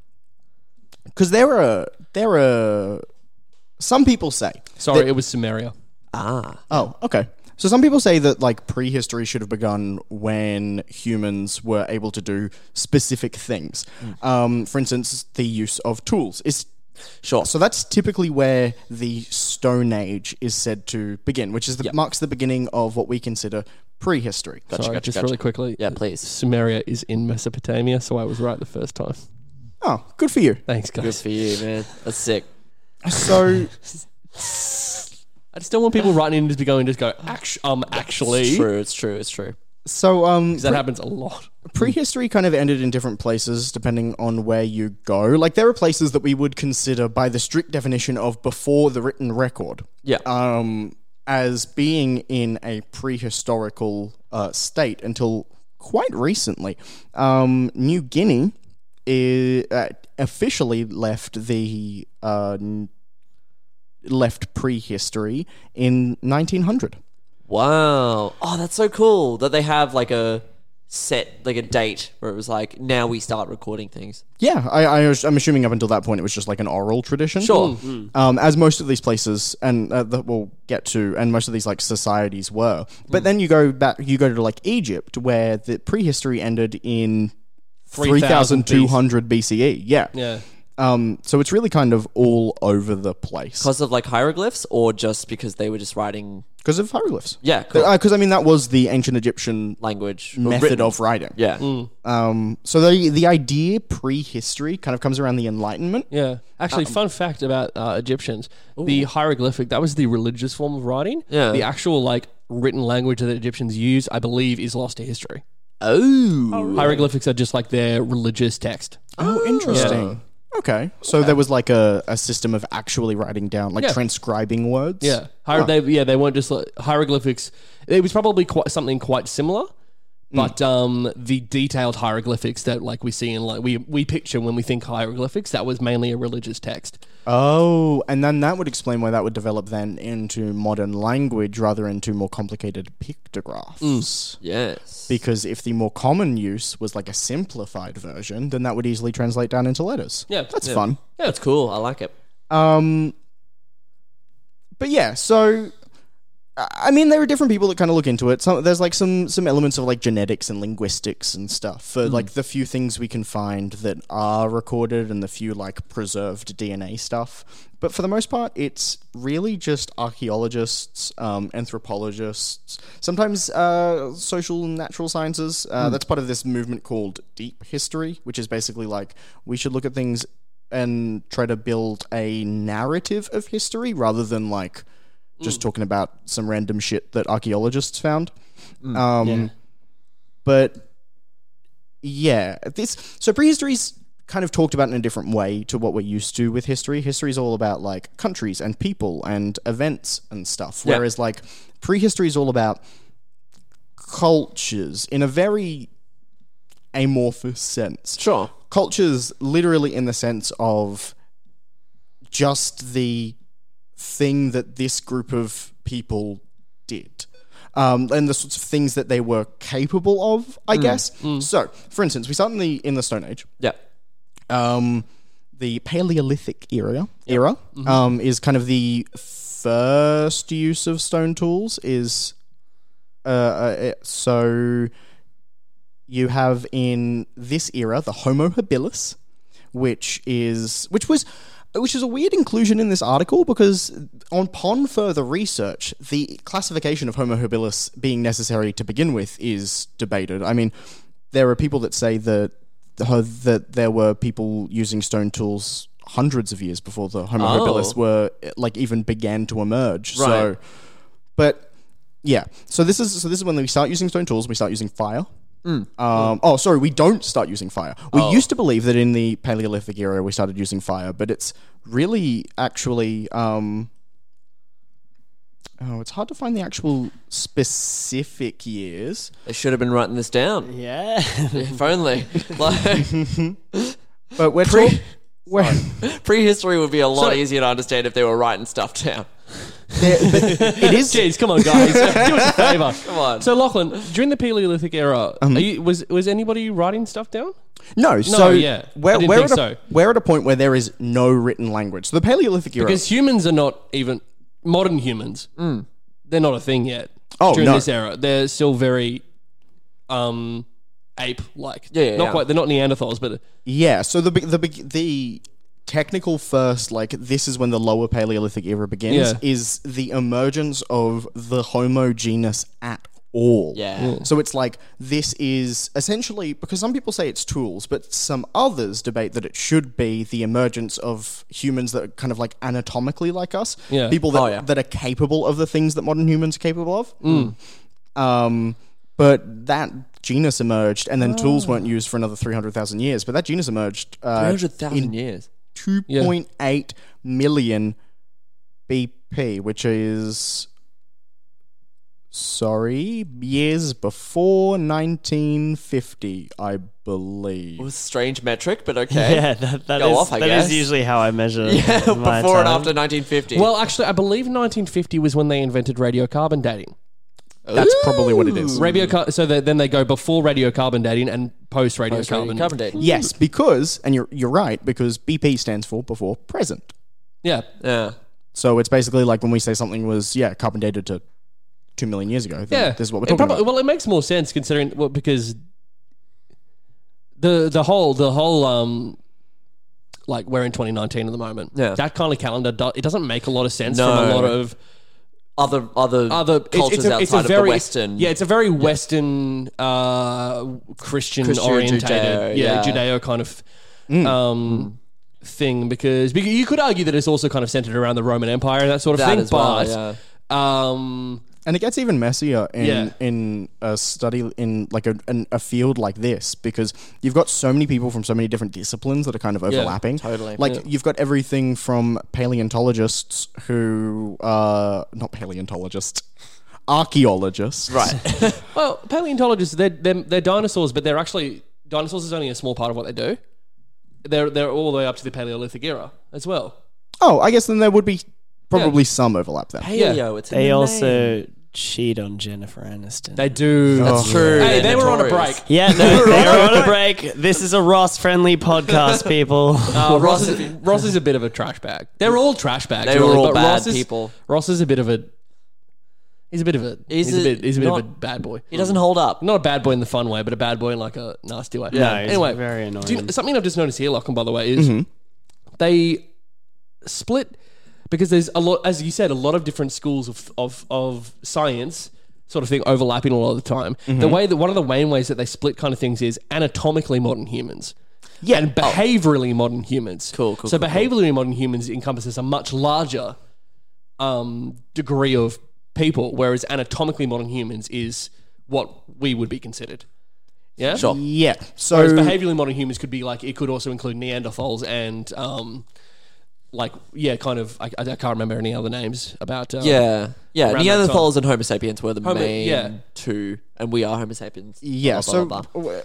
F: because there are there are some people say
C: Sorry, it was Sumeria.
D: ah,
F: oh okay so some people say that like prehistory should have begun when humans were able to do specific things um, for instance the use of tools is
D: sure.
F: so that's typically where the Stone Age is said to begin, which is the, marks the beginning of what we consider prehistory.
D: Gotcha,
C: Sorry,
D: gotcha,
C: just
D: gotcha.
C: really quickly.
D: Yeah, please.
C: Sumeria is in Mesopotamia, so I was right the first time.
F: Oh, good for you.
C: Thanks,
D: Good
C: guys.
D: for you, man. That's sick.
F: So
C: I just don't want people writing in and just be going, just go, Actu- um, actually.
D: It's true. It's true. It's true.
F: so um
C: That happens a lot.
F: prehistory kind of ended in different places depending on where you go. Like there are places that we would consider by the strict definition of before the written record.
D: Yeah.
F: Um, as being in a prehistorical uh, state until quite recently. Um, New Guinea i uh, officially left the uh, n- left prehistory in 1900.
D: Wow. Oh, that's so cool that they have like a set, like a date where it was like, now we start recording things.
F: Yeah, I, I, was- I'm assuming up until that point it was just like an oral tradition.
D: Sure. Mm.
F: Um, as most of these places, and uh, that we'll get to, and most of these like societies were.
D: Mm.
F: But then you go back, you go to like Egypt, where the prehistory ended in
C: 3000
F: 3,200 BCE. E. Yeah.
C: Yeah.
F: Um, so it's really kind of all over the place
D: Because of like hieroglyphs or just because they were just writing
F: because of hieroglyphs.
D: Yeah, cool.
F: Because I mean, that was the ancient Egyptian
D: language?
F: method
D: Written.
F: of writing.
D: Yeah.
F: Um, so the the idea prehistory kind of comes around the Enlightenment.
C: Yeah. Actually,
D: Um,
C: fun fact about uh, Egyptians the hieroglyphic, that was the religious form of writing.
D: Yeah.
C: The actual, like, written language that the Egyptians use, I believe, is lost to history.
D: Oh.
C: Hieroglyphics are just like their religious text.
F: Oh, interesting. Okay, so there was like a, a system of actually writing down, like
C: Yeah.
F: transcribing words.
C: Yeah, Hier- they, yeah, they weren't just like, hieroglyphics. It was probably quite something quite similar, but um, the detailed hieroglyphics that like we see in like we we picture when we think hieroglyphics, that was mainly a religious text.
F: Oh, and then that would explain why that would develop then into modern language rather into more complicated pictographs.
C: Mm.
D: Yes.
F: Because if the more common use was like a simplified version, then that would easily translate down into letters.
C: Yeah,
F: that's fun.
D: yeah, it's cool. I like it.
F: Um, but yeah, so I I mean, there are different people that kind of look into it. Some there's like some some elements of like genetics and linguistics and stuff for like the few things we can find that are recorded and the few like preserved DNA stuff. But for the most part, it's really just archaeologists, um, anthropologists, sometimes uh, social and natural sciences. Uh, That's part of this movement called deep history, which is basically like we should look at things and try to build a narrative of history rather than like just talking about some random shit that archaeologists found. um, But yeah, this so prehistory's kind of talked about in a different way to what we're used to with history. History's all about like countries and people and events and stuff, whereas like prehistory is all about cultures in a very amorphous sense
D: Sure.
F: cultures literally in the sense of just the thing that this group of people did um, and the sorts of things that they were capable of i guess so for instance we start in the in the stone age
D: Yeah.
F: um, the Paleolithic era era um, is kind of the first use of stone tools. Is uh, uh, it- so you have in this era the Homo habilis, which is which was. Which is a weird inclusion in this article because, on upon further research, the classification of Homo habilis being necessary to begin with is debated. I mean, there are people that say that the- that there were people using stone tools hundreds of years before the Homo
D: Oh.
F: habilis were like even began to emerge.
D: Right.
F: So, but yeah, so this is so this is when we start using stone tools. We start using fire.
C: Mm.
F: Um, oh, sorry, we don't start using fire. We
C: Oh.
F: used to believe that in the Paleolithic era we started using fire, but it's really actually. Um, oh, it's hard to find the actual specific years.
D: I should have been writing this down.
E: Yeah.
D: If only. Like,
F: But we're
D: Pre-
F: talk- we're,
D: prehistory would be a lot
C: So-
D: easier to understand if they were writing stuff down.
F: it is
C: Jeez, come on, guys, do us a favor. Come
D: on.
C: So, Lachlan, during the Paleolithic era, are you, was was anybody writing stuff down?
F: no. so
C: yeah, I
F: we're,
C: didn't
F: we're
C: think
F: at a,
C: so.
F: we're at a point where there is no written language. So the Paleolithic era.
C: Because humans are not even modern humans.
D: Mm.
C: They're not a thing yet.
F: Oh,
C: during
F: no.
C: this era, they're still very um, ape-like.
D: Yeah, yeah,
C: not
D: yeah.
C: quite. They're not Neanderthals, but
F: Yeah, so the be- the be- the technical first like this is when the lower paleolithic era begins
C: Yeah.
F: is the emergence of the homo genus at all.
D: Yeah.
F: So it's like this is essentially because some people say it's tools, but some others debate that it should be the emergence of humans that are kind of like anatomically like us.
C: Yeah.
F: People that,
D: Oh, yeah.
F: that are capable of the things that modern humans are capable of. Um, but that genus emerged,
C: Oh.
F: and then tools weren't used for another three hundred thousand years. But that genus emerged uh, in
D: years.
F: two point eight million BP, which is sorry, years before nineteen fifty, I believe.
D: It was a strange metric, but okay.
E: Yeah, that, that,
D: Go
E: is,
D: off, I
E: that is
D: guess.
E: usually how I measure
D: Yeah, before
E: my
D: and
E: time.
D: after 1950.
C: Well, actually, I believe 1950 was when they invented radiocarbon dating.
F: That's probably what it is.
C: Radiocar- so that then they go before radiocarbon dating and post
D: carbon,
C: radiocarbon.
D: carbon dating.
F: Yes, because and you're you're right because BP stands for before present.
C: Yeah.
D: Yeah.
F: So it's basically like when we say something was yeah carbon dated to two million years ago. then
C: Yeah.
F: this is what we're
C: It
F: talking
C: probably-
F: about.
C: Well, it makes more sense considering well, because the the whole the whole um like we're in 2019 at the moment.
D: Yeah.
C: That kind of calendar do- it doesn't make a lot of sense
D: No.
C: from a lot of
D: Other other
C: other it's-
D: cultures
C: it's a-
D: outside
C: it's a
D: of
C: very-
D: the Western.
C: Yeah, it's a very Western uh, Christian,
D: Christian
C: orientated,
D: Judeo,
C: yeah,
D: yeah.
C: Judeo kind of um, thing because, because you could argue that it's also kind of centered around the Roman Empire and that sort of
D: That
C: thing.
D: as well,
C: but um,
F: And it gets even messier in
C: Yeah.
F: in a study in like a in a field like this because you've got so many people from so many different disciplines that are kind of overlapping.
D: totally.
F: Like you've got everything from paleontologists who uh not paleontologists, archaeologists.
D: Right.
C: well, paleontologists they're, they're they're dinosaurs, but they're actually dinosaurs is only a small part of what they do. They're they're all the way up to the Paleolithic era as well.
F: Oh, I guess then there would be probably some overlap then.
D: Paleo,
C: Yeah.
D: it's in the
E: They
D: name.
E: also cheat on Jennifer Aniston.
C: They do.
D: That's Oh. true.
C: Hey,
D: they're
C: they were on a break.
D: notorious.
E: yeah, no, they're on a break. This is a Ross-friendly podcast, people.
D: Oh
C: Uh, Ross, is, Ross is a bit of a trash bag. They're all trash bags.
D: They were
C: really,
D: all
C: but
D: bad
C: Ross is,
D: people.
C: Ross is a bit of a. He's a bit of a. He's,
D: He's
C: a,
D: a-
C: bit. He's a bit of
D: not-
C: a bad boy.
D: He doesn't hold up.
C: Not a bad boy in the fun way, but a bad boy in like a nasty way.
E: No, he's
C: anyway,
E: very annoying.
C: do you- something I've just noticed here, Lachlan, by the way, is
D: Mm-hmm.
C: they split because there's a lot, as you said, a lot of different schools of of, of science sort of thing overlapping a lot of the time.
D: Mm-hmm.
C: The way that one of the main ways that they split kind of things is anatomically modern humans. Yeah, and behaviorally modern humans.
D: Oh. Cool, cool,
C: So
D: cool, cool.
C: behaviorally modern humans encompasses a much larger um, degree of people, whereas anatomically modern humans is what we would be considered. Yeah,
D: Sure.
F: Yeah. So
C: Whereas behaviorally modern humans could be like it could also include Neanderthals and um, like yeah, kind of I, I can't remember any other names about um,
D: Yeah, yeah.
C: Around that
D: Neanderthals and Homo sapiens were the
C: Homo-
D: main
C: yeah.
D: two, and we are Homo sapiens.
F: Yeah,
D: Blah, blah,
F: so
D: blah, blah.
F: w-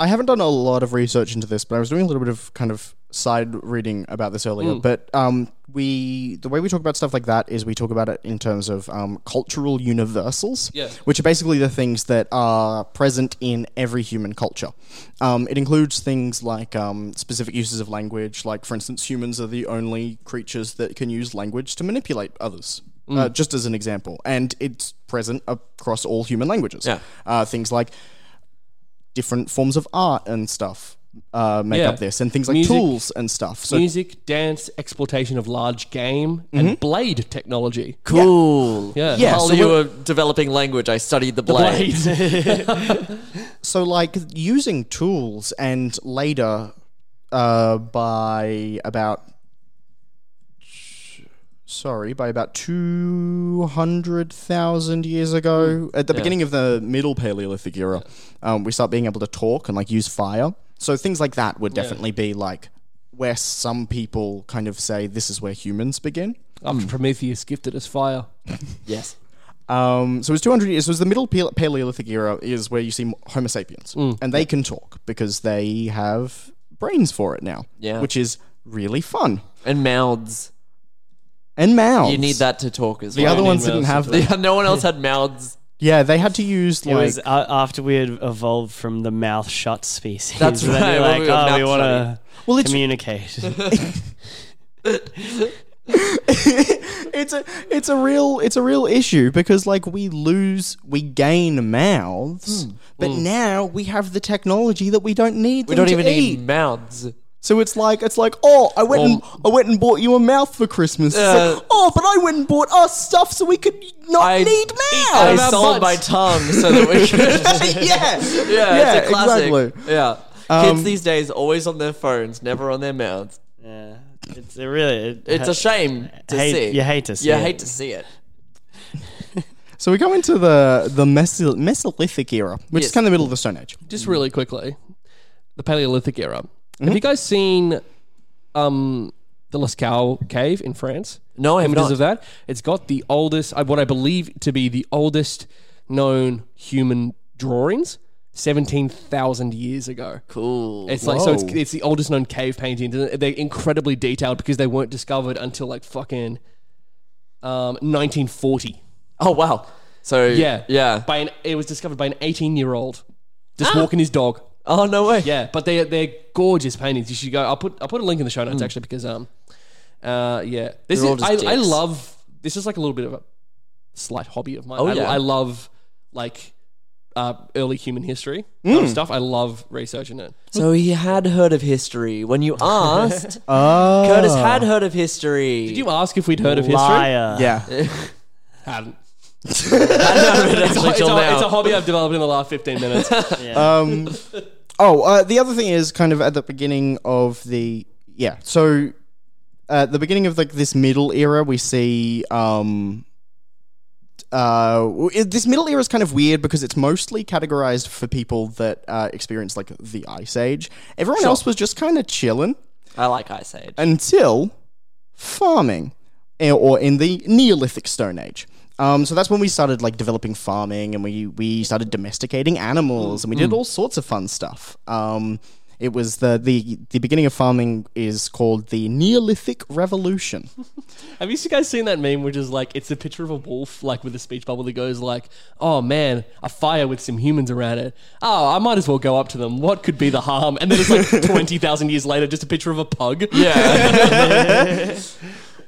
F: I haven't done a lot of research into this, but I was doing a little bit of kind of side reading about this
D: Hmm.
F: earlier. But um, we, the way we talk about stuff like that is we talk about it in terms of um, cultural universals,
C: Yeah.
F: which are basically the things that are present in every human culture. Um, it includes things like um, specific uses of language, like for instance, humans are the only creatures that can use language to manipulate others. Uh,
D: Hmm.
F: just as an example, and it's present across all human languages.
D: Yeah.
F: Uh, things like different forms of art and stuff uh, make
C: Yeah.
F: up this, and things like
C: Music-
F: tools and stuff. So
C: music, dance, exploitation of large game, and blade technology.
D: Mm-hmm. Cool.
C: Yeah.
F: Yeah,
D: While
F: so
D: you were
F: we're-
D: developing language, I studied the blade.
F: so like using tools and later uh, by about sorry by about 200,000 years
C: Hmm.
F: ago at the beginning of the middle paleolithic era um, we start being able to talk and like use fire so things like that would definitely be like where some people kind of say this is where humans begin
C: After Prometheus gifted us fire.
D: Yes.
F: Um, so it was 200 years. So it was the middle Pale- Paleolithic era is where you see Homo sapiens,
D: Mm.
F: and they can talk because they have brains for it now,
D: Yeah.
F: which is really fun.
D: And mouths.
F: And mouths.
D: You need that to talk as
F: The
D: well.
F: other
C: need
F: ones didn't
C: mouths to
F: have
C: talk.
F: that.
D: Yeah, no one else had mouths.
F: Yeah, they had to use
E: It
F: like
E: was uh, after we had evolved from the mouth shut species.
D: That's
E: And then you're
D: right, when
E: Like,
D: we got
E: oh, we
D: mouth
E: want to
F: Well, it's-
E: communicate.
F: it's a it's a real it's a real issue because like we lose we gain
D: Hmm.
F: mouths, but now we have the technology that we don't need.
D: We don't even need mouths.
F: So it's like it's like oh I went and I went and bought you a mouth for Christmas. It's
D: Um, Uh,
F: like, oh, but I went and bought us stuff so we could not
D: I-
F: need
D: I
F: mouths.
D: sold my tongue so that we could.
F: yeah, yeah,
D: Yeah, it's a classic.
F: exactly.
D: Yeah. Kids
F: Um,
D: these days always on their phones, never on their mouths.
E: Yeah, it's it really. It,
D: It's a shame to
E: hate-
D: see.
E: you hate to see
D: You
E: it.
D: hate to see it.
F: So we go into the the Meso- Mesolithic era, which
D: Yes.
F: is kind of the middle of the Stone Age.
D: Mm.
C: Just really quickly, the Paleolithic era.
D: Mm-hmm.
C: Have you guys seen um, the Lascaux cave in France?
D: No, I have
C: images
D: not.
C: of that. It's got the oldest, uh, what I believe to be the oldest known human drawings, seventeen thousand years ago.
D: Cool.
C: It's like so. It's, it's the oldest known cave paintings. and They're incredibly detailed because they weren't discovered until like fucking um, 1940.
D: Oh wow. So
C: Yeah,
D: yeah.
C: By an, it was discovered by an 18 year old
D: Ah.
C: just walking his dog.
D: Oh no way.
C: Yeah, but they they're gorgeous paintings. You should go. I'll put I'll put a link in the show notes actually because um, uh, yeah. This
D: Hmm. They're all
C: is
D: just
C: I, I
D: dicks.
C: love. This is like a little bit of a slight hobby of mine.
D: Oh,
C: I,
D: yeah.
C: I love like uh, early human history
D: Hmm.
C: kind of stuff. I love researching it.
D: So he had heard of history when you asked.
F: Oh,
D: Curtis had heard of history.
C: Did you ask if we'd heard of history?
E: liar.
F: yeah.
C: Hadn't.
D: it's,
C: it's, a, it's a hobby I've developed in the last 15 minutes.
F: Um, oh, uh, the other thing is kind of at the beginning of the yeah. So at the beginning of like this middle era, we see um, uh, w- it- this middle era is kind of weird because it's mostly categorized for people that uh, experience like the ice age. Everyone else was just kind of chilling
D: I like Ice Age.
F: until farming eh, or in the Neolithic Stone Age. Um, so that's when we started like developing farming and we, we started domesticating animals and we did all sorts of fun stuff. Um, it was the, the the beginning of farming is called the Neolithic Revolution.
C: Have you guys seen that meme which is like it's a picture of a wolf like with a speech bubble that goes like, "Oh man, a fire with some humans around it. Oh, I might as well go up to them. What could be the harm?" And then it's like 20,000 years later just a picture of a pug.
D: Yeah.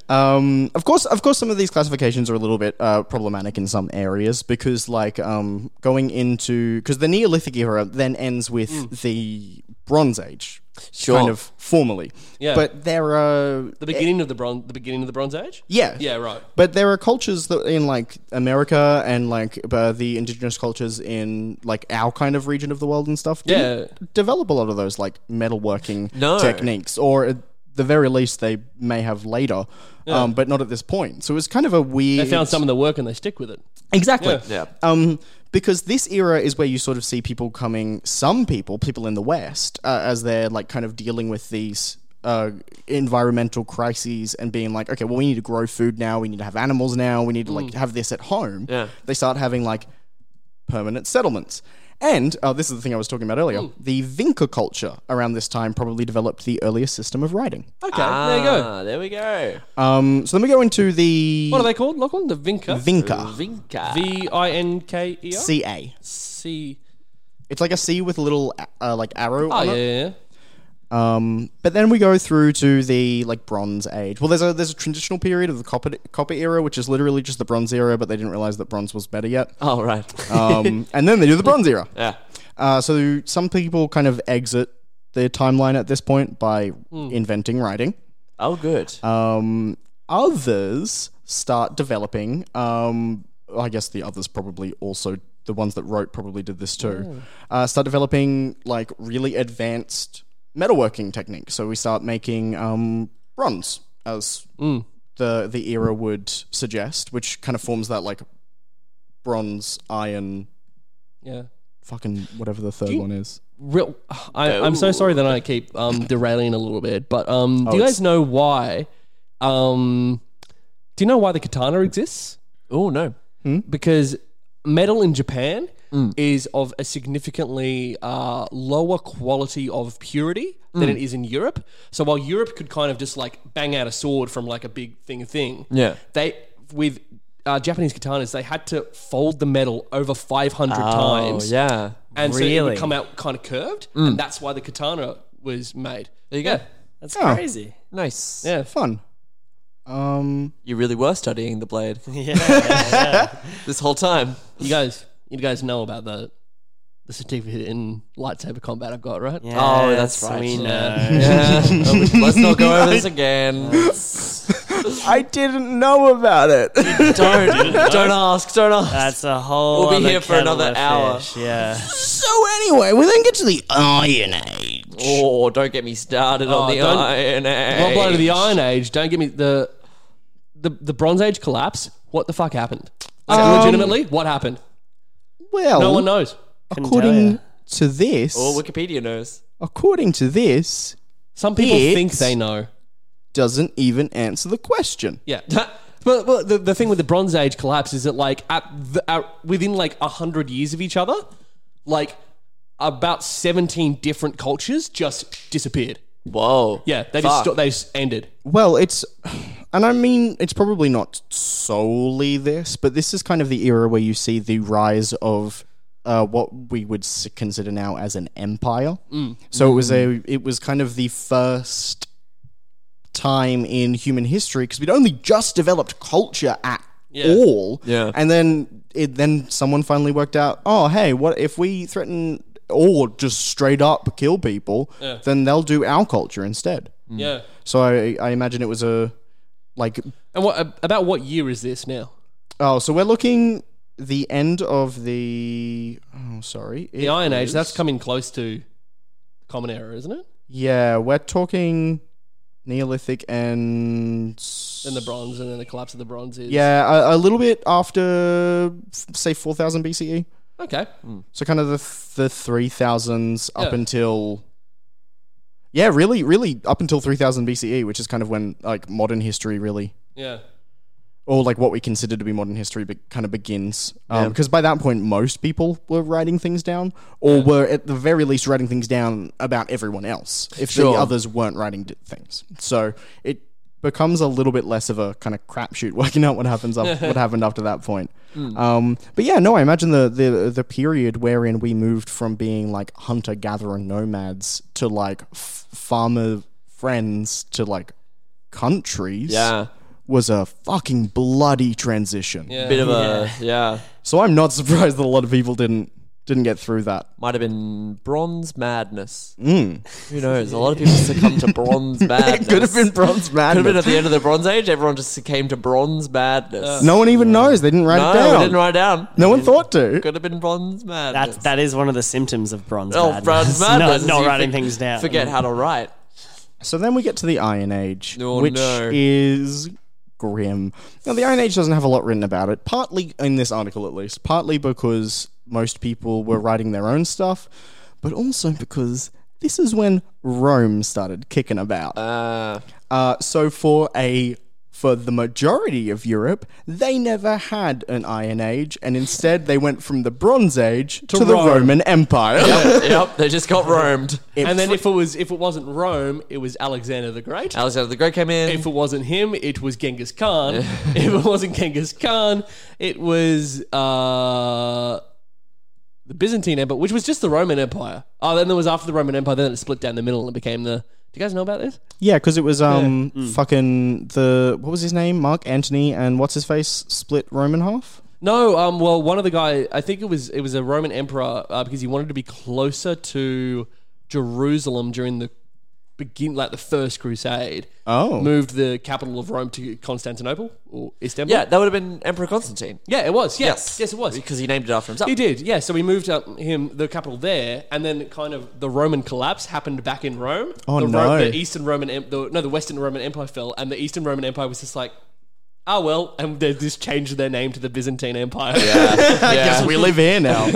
F: Um, of course, of course, some of these classifications are a little bit uh, problematic in some areas because, like, um, going into because the Neolithic era then ends with
C: Hmm.
F: the Bronze Age,
D: Sure.
F: kind of formally.
C: Yeah.
F: But there are
C: The beginning of the bronze the beginning of the bronze age?
F: yeah
C: Yeah, right.
F: But there are cultures that in like America and like uh, the indigenous cultures in like our kind of region of the world and stuff. didn't develop a lot of those like metalworking
D: No.
F: techniques, or at the very least they may have later, um, but not at this point. So it's kind of a weird.
C: They found some of the work and they stick with it.
F: Exactly.
D: Yeah.
F: Um, because this era is where you sort of see people coming, some people, people in the West, uh, as they're like kind of dealing with these uh, environmental crises and being like, okay, well, we need to grow food now, we need to have animals now, we need to like have this at home.
D: Yeah.
F: They start having like permanent settlements. And uh, this is the thing I was talking about earlier. The Vinca culture around this time probably developed the earliest system of writing.
C: Okay, there you go.
D: Ah, there we go.
F: Um, so then we go into the
C: What are they called? Lock on the Vinca.
F: Vinca.
D: Vinca.
C: V I N K E R
F: C A.
C: C.
F: It's like a C with a little uh, like arrow.
C: Oh
F: on
C: yeah,
F: it.
C: yeah. yeah.
F: Um, but then we go through to the like Bronze Age. Well, there's a there's a transitional period of the Copper Copper era, which is literally just the Bronze era, but they didn't realize that bronze was better yet.
D: oh, right.
F: Um, and then they do the Bronze era.
D: yeah.
F: Uh, so some people kind of exit their timeline at this point by
C: Hmm.
F: inventing writing.
D: Oh, good.
F: Um, others start developing. Um, I guess the others probably also the ones that wrote probably did this too. Uh, start developing like really advanced metalworking techniques. So we start making um, bronze as
C: Mm.
F: the the era would suggest, which kind of forms that like bronze, iron,
C: Yeah.
F: fucking whatever the third one is.
C: real. I, I'm so sorry that I keep um, derailing a little bit, but
D: Oh,
C: um, do you guys know why? Um, do you know why the katana exists?
D: oh, no.
C: Because metal in Japan
D: Hmm.
C: is of a significantly uh, lower quality of purity than
D: Hmm.
C: it is in Europe. So while Europe could kind of just like bang out a sword from like a big thing thing,
D: Yeah.
C: they with uh, Japanese katanas they had to fold the metal over 500
D: Oh,
C: times
D: yeah.
C: and so it
E: Really?
C: would come out kind of curved, and that's why the katana was made.
D: There you
C: Yeah,
D: go.
E: That's
F: Oh.
E: crazy.
D: Nice.
C: yeah.
F: Fun. Um,
D: You really were studying the blade
E: Yeah.
D: this whole time.
C: You guys, you guys know about that. the certificate in lightsaber combat I've got, right?
D: Oh, that's
E: Yes,
D: right.
E: We know.
D: Yeah. Oh, Let's not go over this again.
F: I didn't know about it.
D: don't don't ask. Don't ask.
E: That's a whole.
D: We'll be
E: other
D: here for
E: kettle
D: another
E: of
D: hour.
E: fish, Yeah.
F: so anyway, we then get to the Iron Age.
D: oh, don't get me started on
C: Oh,
D: the
C: don't-
D: Iron Age.
C: Well, blow to the Iron Age. Don't give me the the the Bronze Age collapse. What the fuck happened? So legitimately, what happened?
F: Well,
C: No one knows.
E: Couldn't tell
F: according
E: ya.
F: to this,
D: Oh, Wikipedia knows.
F: according to this,
C: Some people
F: It's-
C: think they know.
F: doesn't even answer the question.
C: Yeah. But, but the, the thing with the Bronze Age collapse is that like at, the, at within like hundred years of each other, like about seventeen different cultures just disappeared.
D: Whoa.
C: Yeah, they
D: Fuck.
C: just sto- they just ended.
F: Well, it's, and I mean, it's probably not solely this, but this is kind of the era where you see the rise of uh, what we would s- consider now as an empire. So it was a, it was kind of the first time in human history because we'd only just developed culture at all.
D: Yeah.
F: and then it, then someone finally worked out, oh hey, what if we threaten or just straight up kill people? Then they'll do our culture instead.
C: Yeah.
F: So I, I imagine it was a like
C: And what about what year is this now?
F: oh, so we're looking the end of the oh sorry
C: The Iron Age. That's coming close to Common Era, isn't it?
F: yeah we're talking Neolithic and s-
C: Then the Bronze, and then the collapse of the Bronze is
F: yeah a, a little bit after f- say four thousand BCE.
C: Okay.
F: So kind of the th- the three thousands up
C: Yeah.
F: until yeah really really up until three thousand BCE, which is kind of when like modern history really
C: Yeah.
F: or like what we consider to be modern history, but kind of begins um, because by that point most people were writing things down, or were at the very least writing things down about everyone else if the others weren't writing d- things. So it becomes a little bit less of a kind of crapshoot working out what happens up, what happened after that point. Um, but yeah, no, I imagine the, the the period wherein we moved from being like hunter gatherer nomads to like f- farmer friends to like countries
D: Yeah.
F: was a fucking bloody transition.
D: Bit of a yeah.
F: So I'm not surprised that a lot of people didn't didn't get through that.
D: Might have been bronze madness. Who knows? A lot of people succumb to bronze madness.
F: Hmm. It could have been bronze
D: Could have been at
F: madness.
D: the end of the Bronze Age. Everyone just succumbed to bronze madness.
F: No one even knows. They didn't write
D: no,
F: it down.
D: we didn't write it down.
F: no one thought to.
D: Could have been bronze madness.
E: That's that is one of the symptoms of bronze
D: Oh,
E: madness.
D: bronze
E: Not-
D: madness.
E: Not,
D: You
E: writing
D: for-
E: things down.
D: Forget how to write.
F: So then we get to the Iron Age,
D: Oh,
F: which
D: no.
F: is grim. Now the Iron Age doesn't have a lot written about it. Partly in this article, at least, partly because most people were writing their own stuff, but also because this is when Rome started kicking about.
D: Uh,
F: Uh, so for a for the majority of Europe, they never had an Iron Age, and instead they went from the Bronze Age to, the
C: Rome.
F: Roman Empire.
D: yep, they just got roamed.
C: and then if it was if it wasn't Rome, it was Alexander the Great.
D: Alexander the Great came in.
C: if it wasn't him, it was Genghis Khan. if it wasn't Genghis Khan, it was uh, the Byzantine Empire, which was just the Roman Empire. Oh, then there was after the Roman Empire, then it split down the middle and it became the. Do you guys know about this?
F: Yeah, because it was um fucking the what was his name Mark Antony and what's his face split Roman half.
C: No, um, well, one of the guy, I think it was it was a Roman emperor uh, because he wanted to be closer to Jerusalem during the begin, like the first crusade.
F: Oh.
C: moved the capital of Rome to Constantinople or Istanbul.
D: yeah, that would have been Emperor Constantine.
C: yeah, it was. Yeah.
D: Yes.
C: Yes, yes, it was.
D: Because he named it after himself.
C: He did, yeah. So we moved up him the capital there, and then kind of the Roman collapse happened back in Rome.
F: Oh,
C: the
F: no.
C: the Eastern Roman Em- the, no, the Western Roman Empire fell, and the Eastern Roman Empire was just like, oh well, and they just changed their name to the Byzantine Empire.
F: I guess we live here now.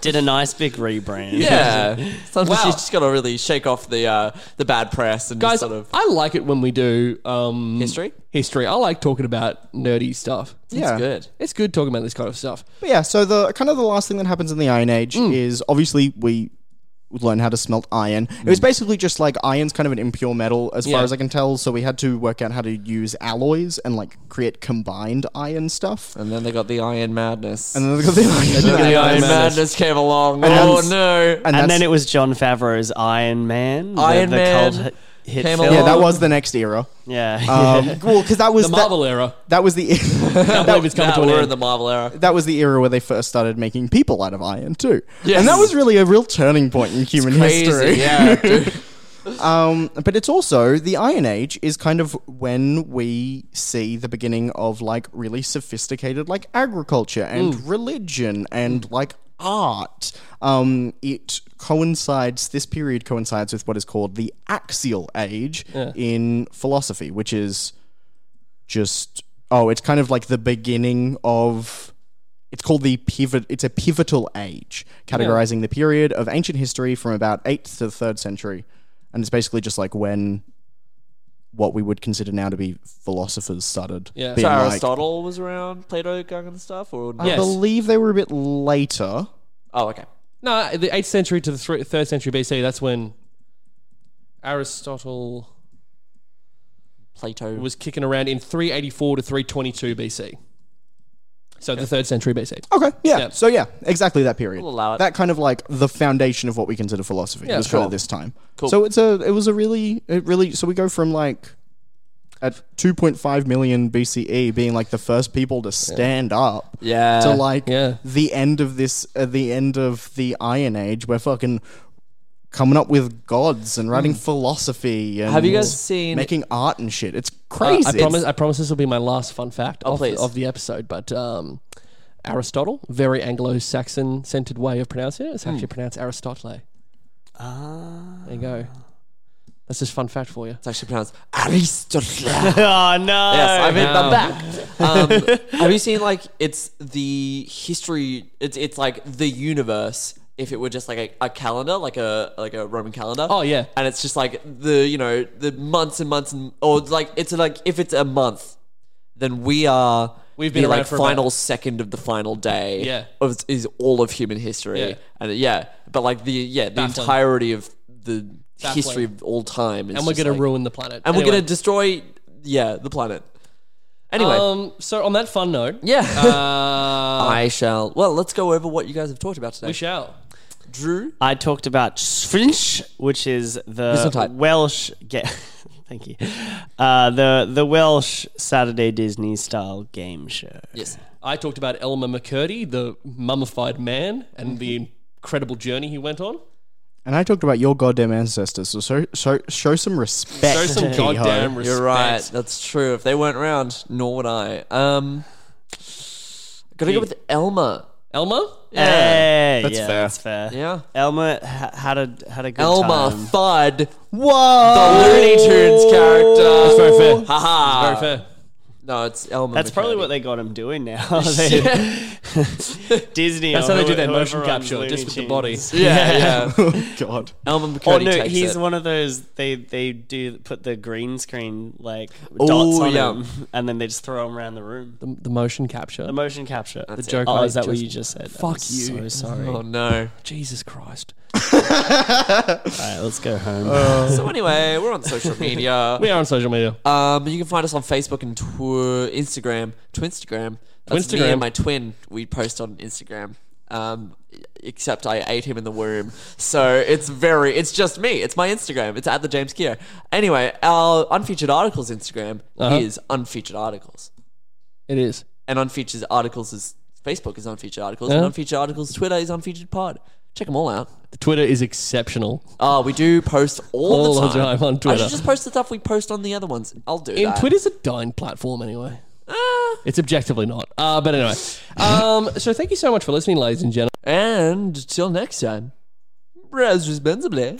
E: Did a nice big rebrand.
D: Yeah. Sometimes
C: Wow.
D: you just got to really shake off the uh, the bad press and just
C: Guys,
D: sort of
C: I like it when we do um,
D: history.
C: History. I like talking about nerdy stuff.
F: yeah.
D: It's good.
C: It's good talking about this kind of stuff.
F: But yeah, so the kind of the last thing that happens in the Iron Age is obviously we learn how to smelt iron. It was basically just like iron's kind of an impure metal as far
C: Yeah.
F: as I can tell, so we had to work out how to use alloys and like create combined iron stuff.
D: And then they got the Iron Madness.
F: And then they got the
D: And then
F: iron.
D: the Iron
E: Madness.
D: Madness came along.
F: then-
D: oh no!
E: And
F: that's-
E: then it was John Favreau's Iron Man.
D: Iron Man.
E: cult hit
A: Came
E: film.
A: along.
F: Yeah, that was the next era.
E: Yeah.
F: Um, well, because that was
C: The
F: that-
C: Marvel era.
F: That was the
D: Can't
F: that,
D: believe it's coming to an end. in the Marvel era.
F: that was the era where they first started making people out of iron too.
D: Yes.
F: And that was really a real turning point in human history.
D: yeah. dude.
F: Um, but it's also the Iron Age is kind of when we see the beginning of like really sophisticated like agriculture and religion and like art. Um, it coincides. This period coincides with what is called the Axial Age in philosophy, which is just oh, it's kind of like the beginning of it's called the pivot it's a pivotal age categorizing the period of ancient history from about 8th to the 3rd century and it's basically just like when what we would consider now to be philosophers started
C: Yeah.
F: being
D: So
F: like-
D: Aristotle was around, Plato, Gung and stuff, or
F: i believe they were a bit later
D: oh, okay.
C: No, the eighth century to the thre- third century BC. That's when Aristotle
D: Plato was
C: was kicking around in 384 to 322 BC. So the third century BC.
F: okay yeah
C: Yeah.
F: so yeah exactly that period
D: We'll allow it.
F: that kind of like the foundation of what we consider philosophy was
C: sure.
F: kind of this time cool. so it's a it was a really it really so we go from like at 2.5 million BCE being like the first people to stand up
D: yeah.
F: to like
C: yeah.
F: the end of this, uh, the end of the Iron Age. We're fucking coming up with gods and writing philosophy. And
D: Hmm. Have you guys seen-
F: making art and shit? It's
C: Uh,
F: crazy.
C: I promise. I promise this will be my last fun fact of, the,
D: Oh, please.
C: of the episode. But um, Aristotle, very Anglo-Saxon centered way of pronouncing it. It's
D: Hmm.
C: actually pronounced Aristotle. There you go. That's just fun fact for you.
D: Ah. it's actually pronounced Aristotle.
E: oh no.
D: Yes, I mean,
C: no.
D: I'm back. Um, have you seen like it's the history? It's it's like the universe. If it were just like a, a calendar, like a like a Roman calendar.
C: Oh, yeah.
D: and it's just like the you know the months and months and or like it's like if it's a month, then we are
C: We've been
D: the,
C: around
D: like
C: for about-
D: final second of the final day.
C: Yeah.
D: of is all of human history.
C: Yeah.
D: and yeah, but like the yeah the
C: Baffling.
D: entirety of the
C: Baffling.
D: history of all time. Is
C: And we're
D: just,
C: gonna
D: like-
C: ruin the planet.
D: and
C: Anyway.
D: we're gonna destroy yeah the planet. Anyway,
C: Um, so on that fun note,
D: yeah,
C: uh,
D: I shall. Well, let's go over what you guys have talked about today.
C: we shall.
D: Drew,
E: I talked about Sfinch, which is
D: Listen
E: the
D: tight.
E: Welsh. Ga- Thank you. Uh, the the Welsh Saturday Disney style game show.
D: yes,
C: I talked about Elmer McCurdy, the mummified man, and the incredible journey he went on.
F: and I talked about your goddamn ancestors. So show, show, show some respect.
C: Show some
E: Hey-ho.
C: goddamn respect.
D: you're right. That's true. If they weren't around, nor would I. Um, gotta go with Elmer.
C: Elmer?
E: Hey,
F: That's
E: yeah,
F: fair.
E: That's fair.
D: Yeah.
E: Elmer ha- had a had a good
D: Elmer
E: time.
D: Fudd, the
F: Whoa!
D: Looney Tunes character. That's
C: very fair.
D: Haha.
C: Very fair.
D: No, it's Elmer.
E: That's probably
D: McCurdy.
E: what they got him doing now. They- Disney.
C: That's
E: or
C: how they
E: whoever-
C: do their motion
E: whoever runs
C: capture,
E: Looney
C: just with the
E: Tunes.
C: body.
D: Yeah, yeah.
F: oh god.
D: Elmer McCurdy
E: Oh no,
D: takes
E: he's
D: it.
E: one of those. They they do put the green screen like
D: Oh,
E: dots on
D: yeah.
E: him, and then they just throw him around the room.
C: The, the motion capture.
E: The motion capture. The
D: it.
C: joke
E: Oh,
C: I
E: is that what
C: just-
E: you just said?
C: Fuck
E: I'm So
C: you.
E: sorry.
D: Oh
E: All
D: no.
C: Jesus Christ.
E: right, let's go home.
D: So anyway, we're on social media.
C: We are on social media.
D: Um, you can find us on Facebook and tw- Instagram, Twinstagram. That's me
C: Twinstagram.
D: and my twin. We post on Instagram. Um, except I ate him in the womb, so it's very. It's just me. It's my Instagram. It's at the James Keir. Anyway, our unfeatured articles Instagram
C: Uh-huh.
D: is unfeatured articles,
C: It is.
D: and unfeatured articles is Facebook is unfeatured articles,
C: Yeah.
D: and unfeatured articles Twitter is unfeatured pod. Check them all out.
C: The Twitter is exceptional.
D: Oh, we do post all,
C: All
D: the,
C: the
D: time.
C: time on
D: I
C: Twitter.
D: should just post the stuff we post on the other ones. I'll do
C: And
D: that.
C: Twitter's a dying platform anyway.
D: Ah.
C: It's objectively not. Uh, but anyway. Um, so thank you so much for listening, ladies and gentlemen.
D: And till next time, browse responsibly.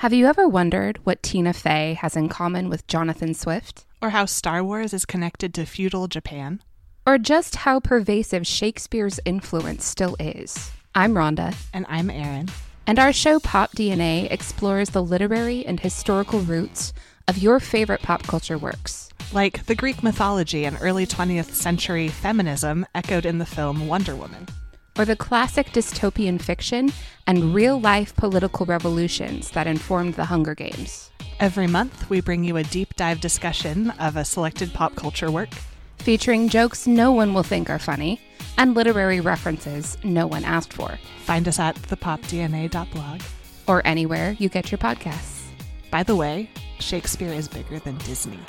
B: Have you ever wondered what Tina Fey has in common with Jonathan Swift?
G: or how Star Wars is connected to feudal Japan.
B: Or just how pervasive Shakespeare's influence still is? I'm Rhonda,
G: And I'm Erin.
B: and our show Pop DNA explores the literary and historical roots of your favorite pop culture works.
G: Like the Greek mythology and early 20th century feminism echoed in the film Wonder Woman.
B: or the classic dystopian fiction and real life political revolutions that informed the Hunger Games.
G: Every month, we bring you a deep dive discussion of a selected pop culture work.
B: Featuring jokes no one will think are funny and literary references no one asked for,
G: Find us at thepopdna.blog.
B: or anywhere you get your podcasts.
G: By the way, Shakespeare is bigger than Disney.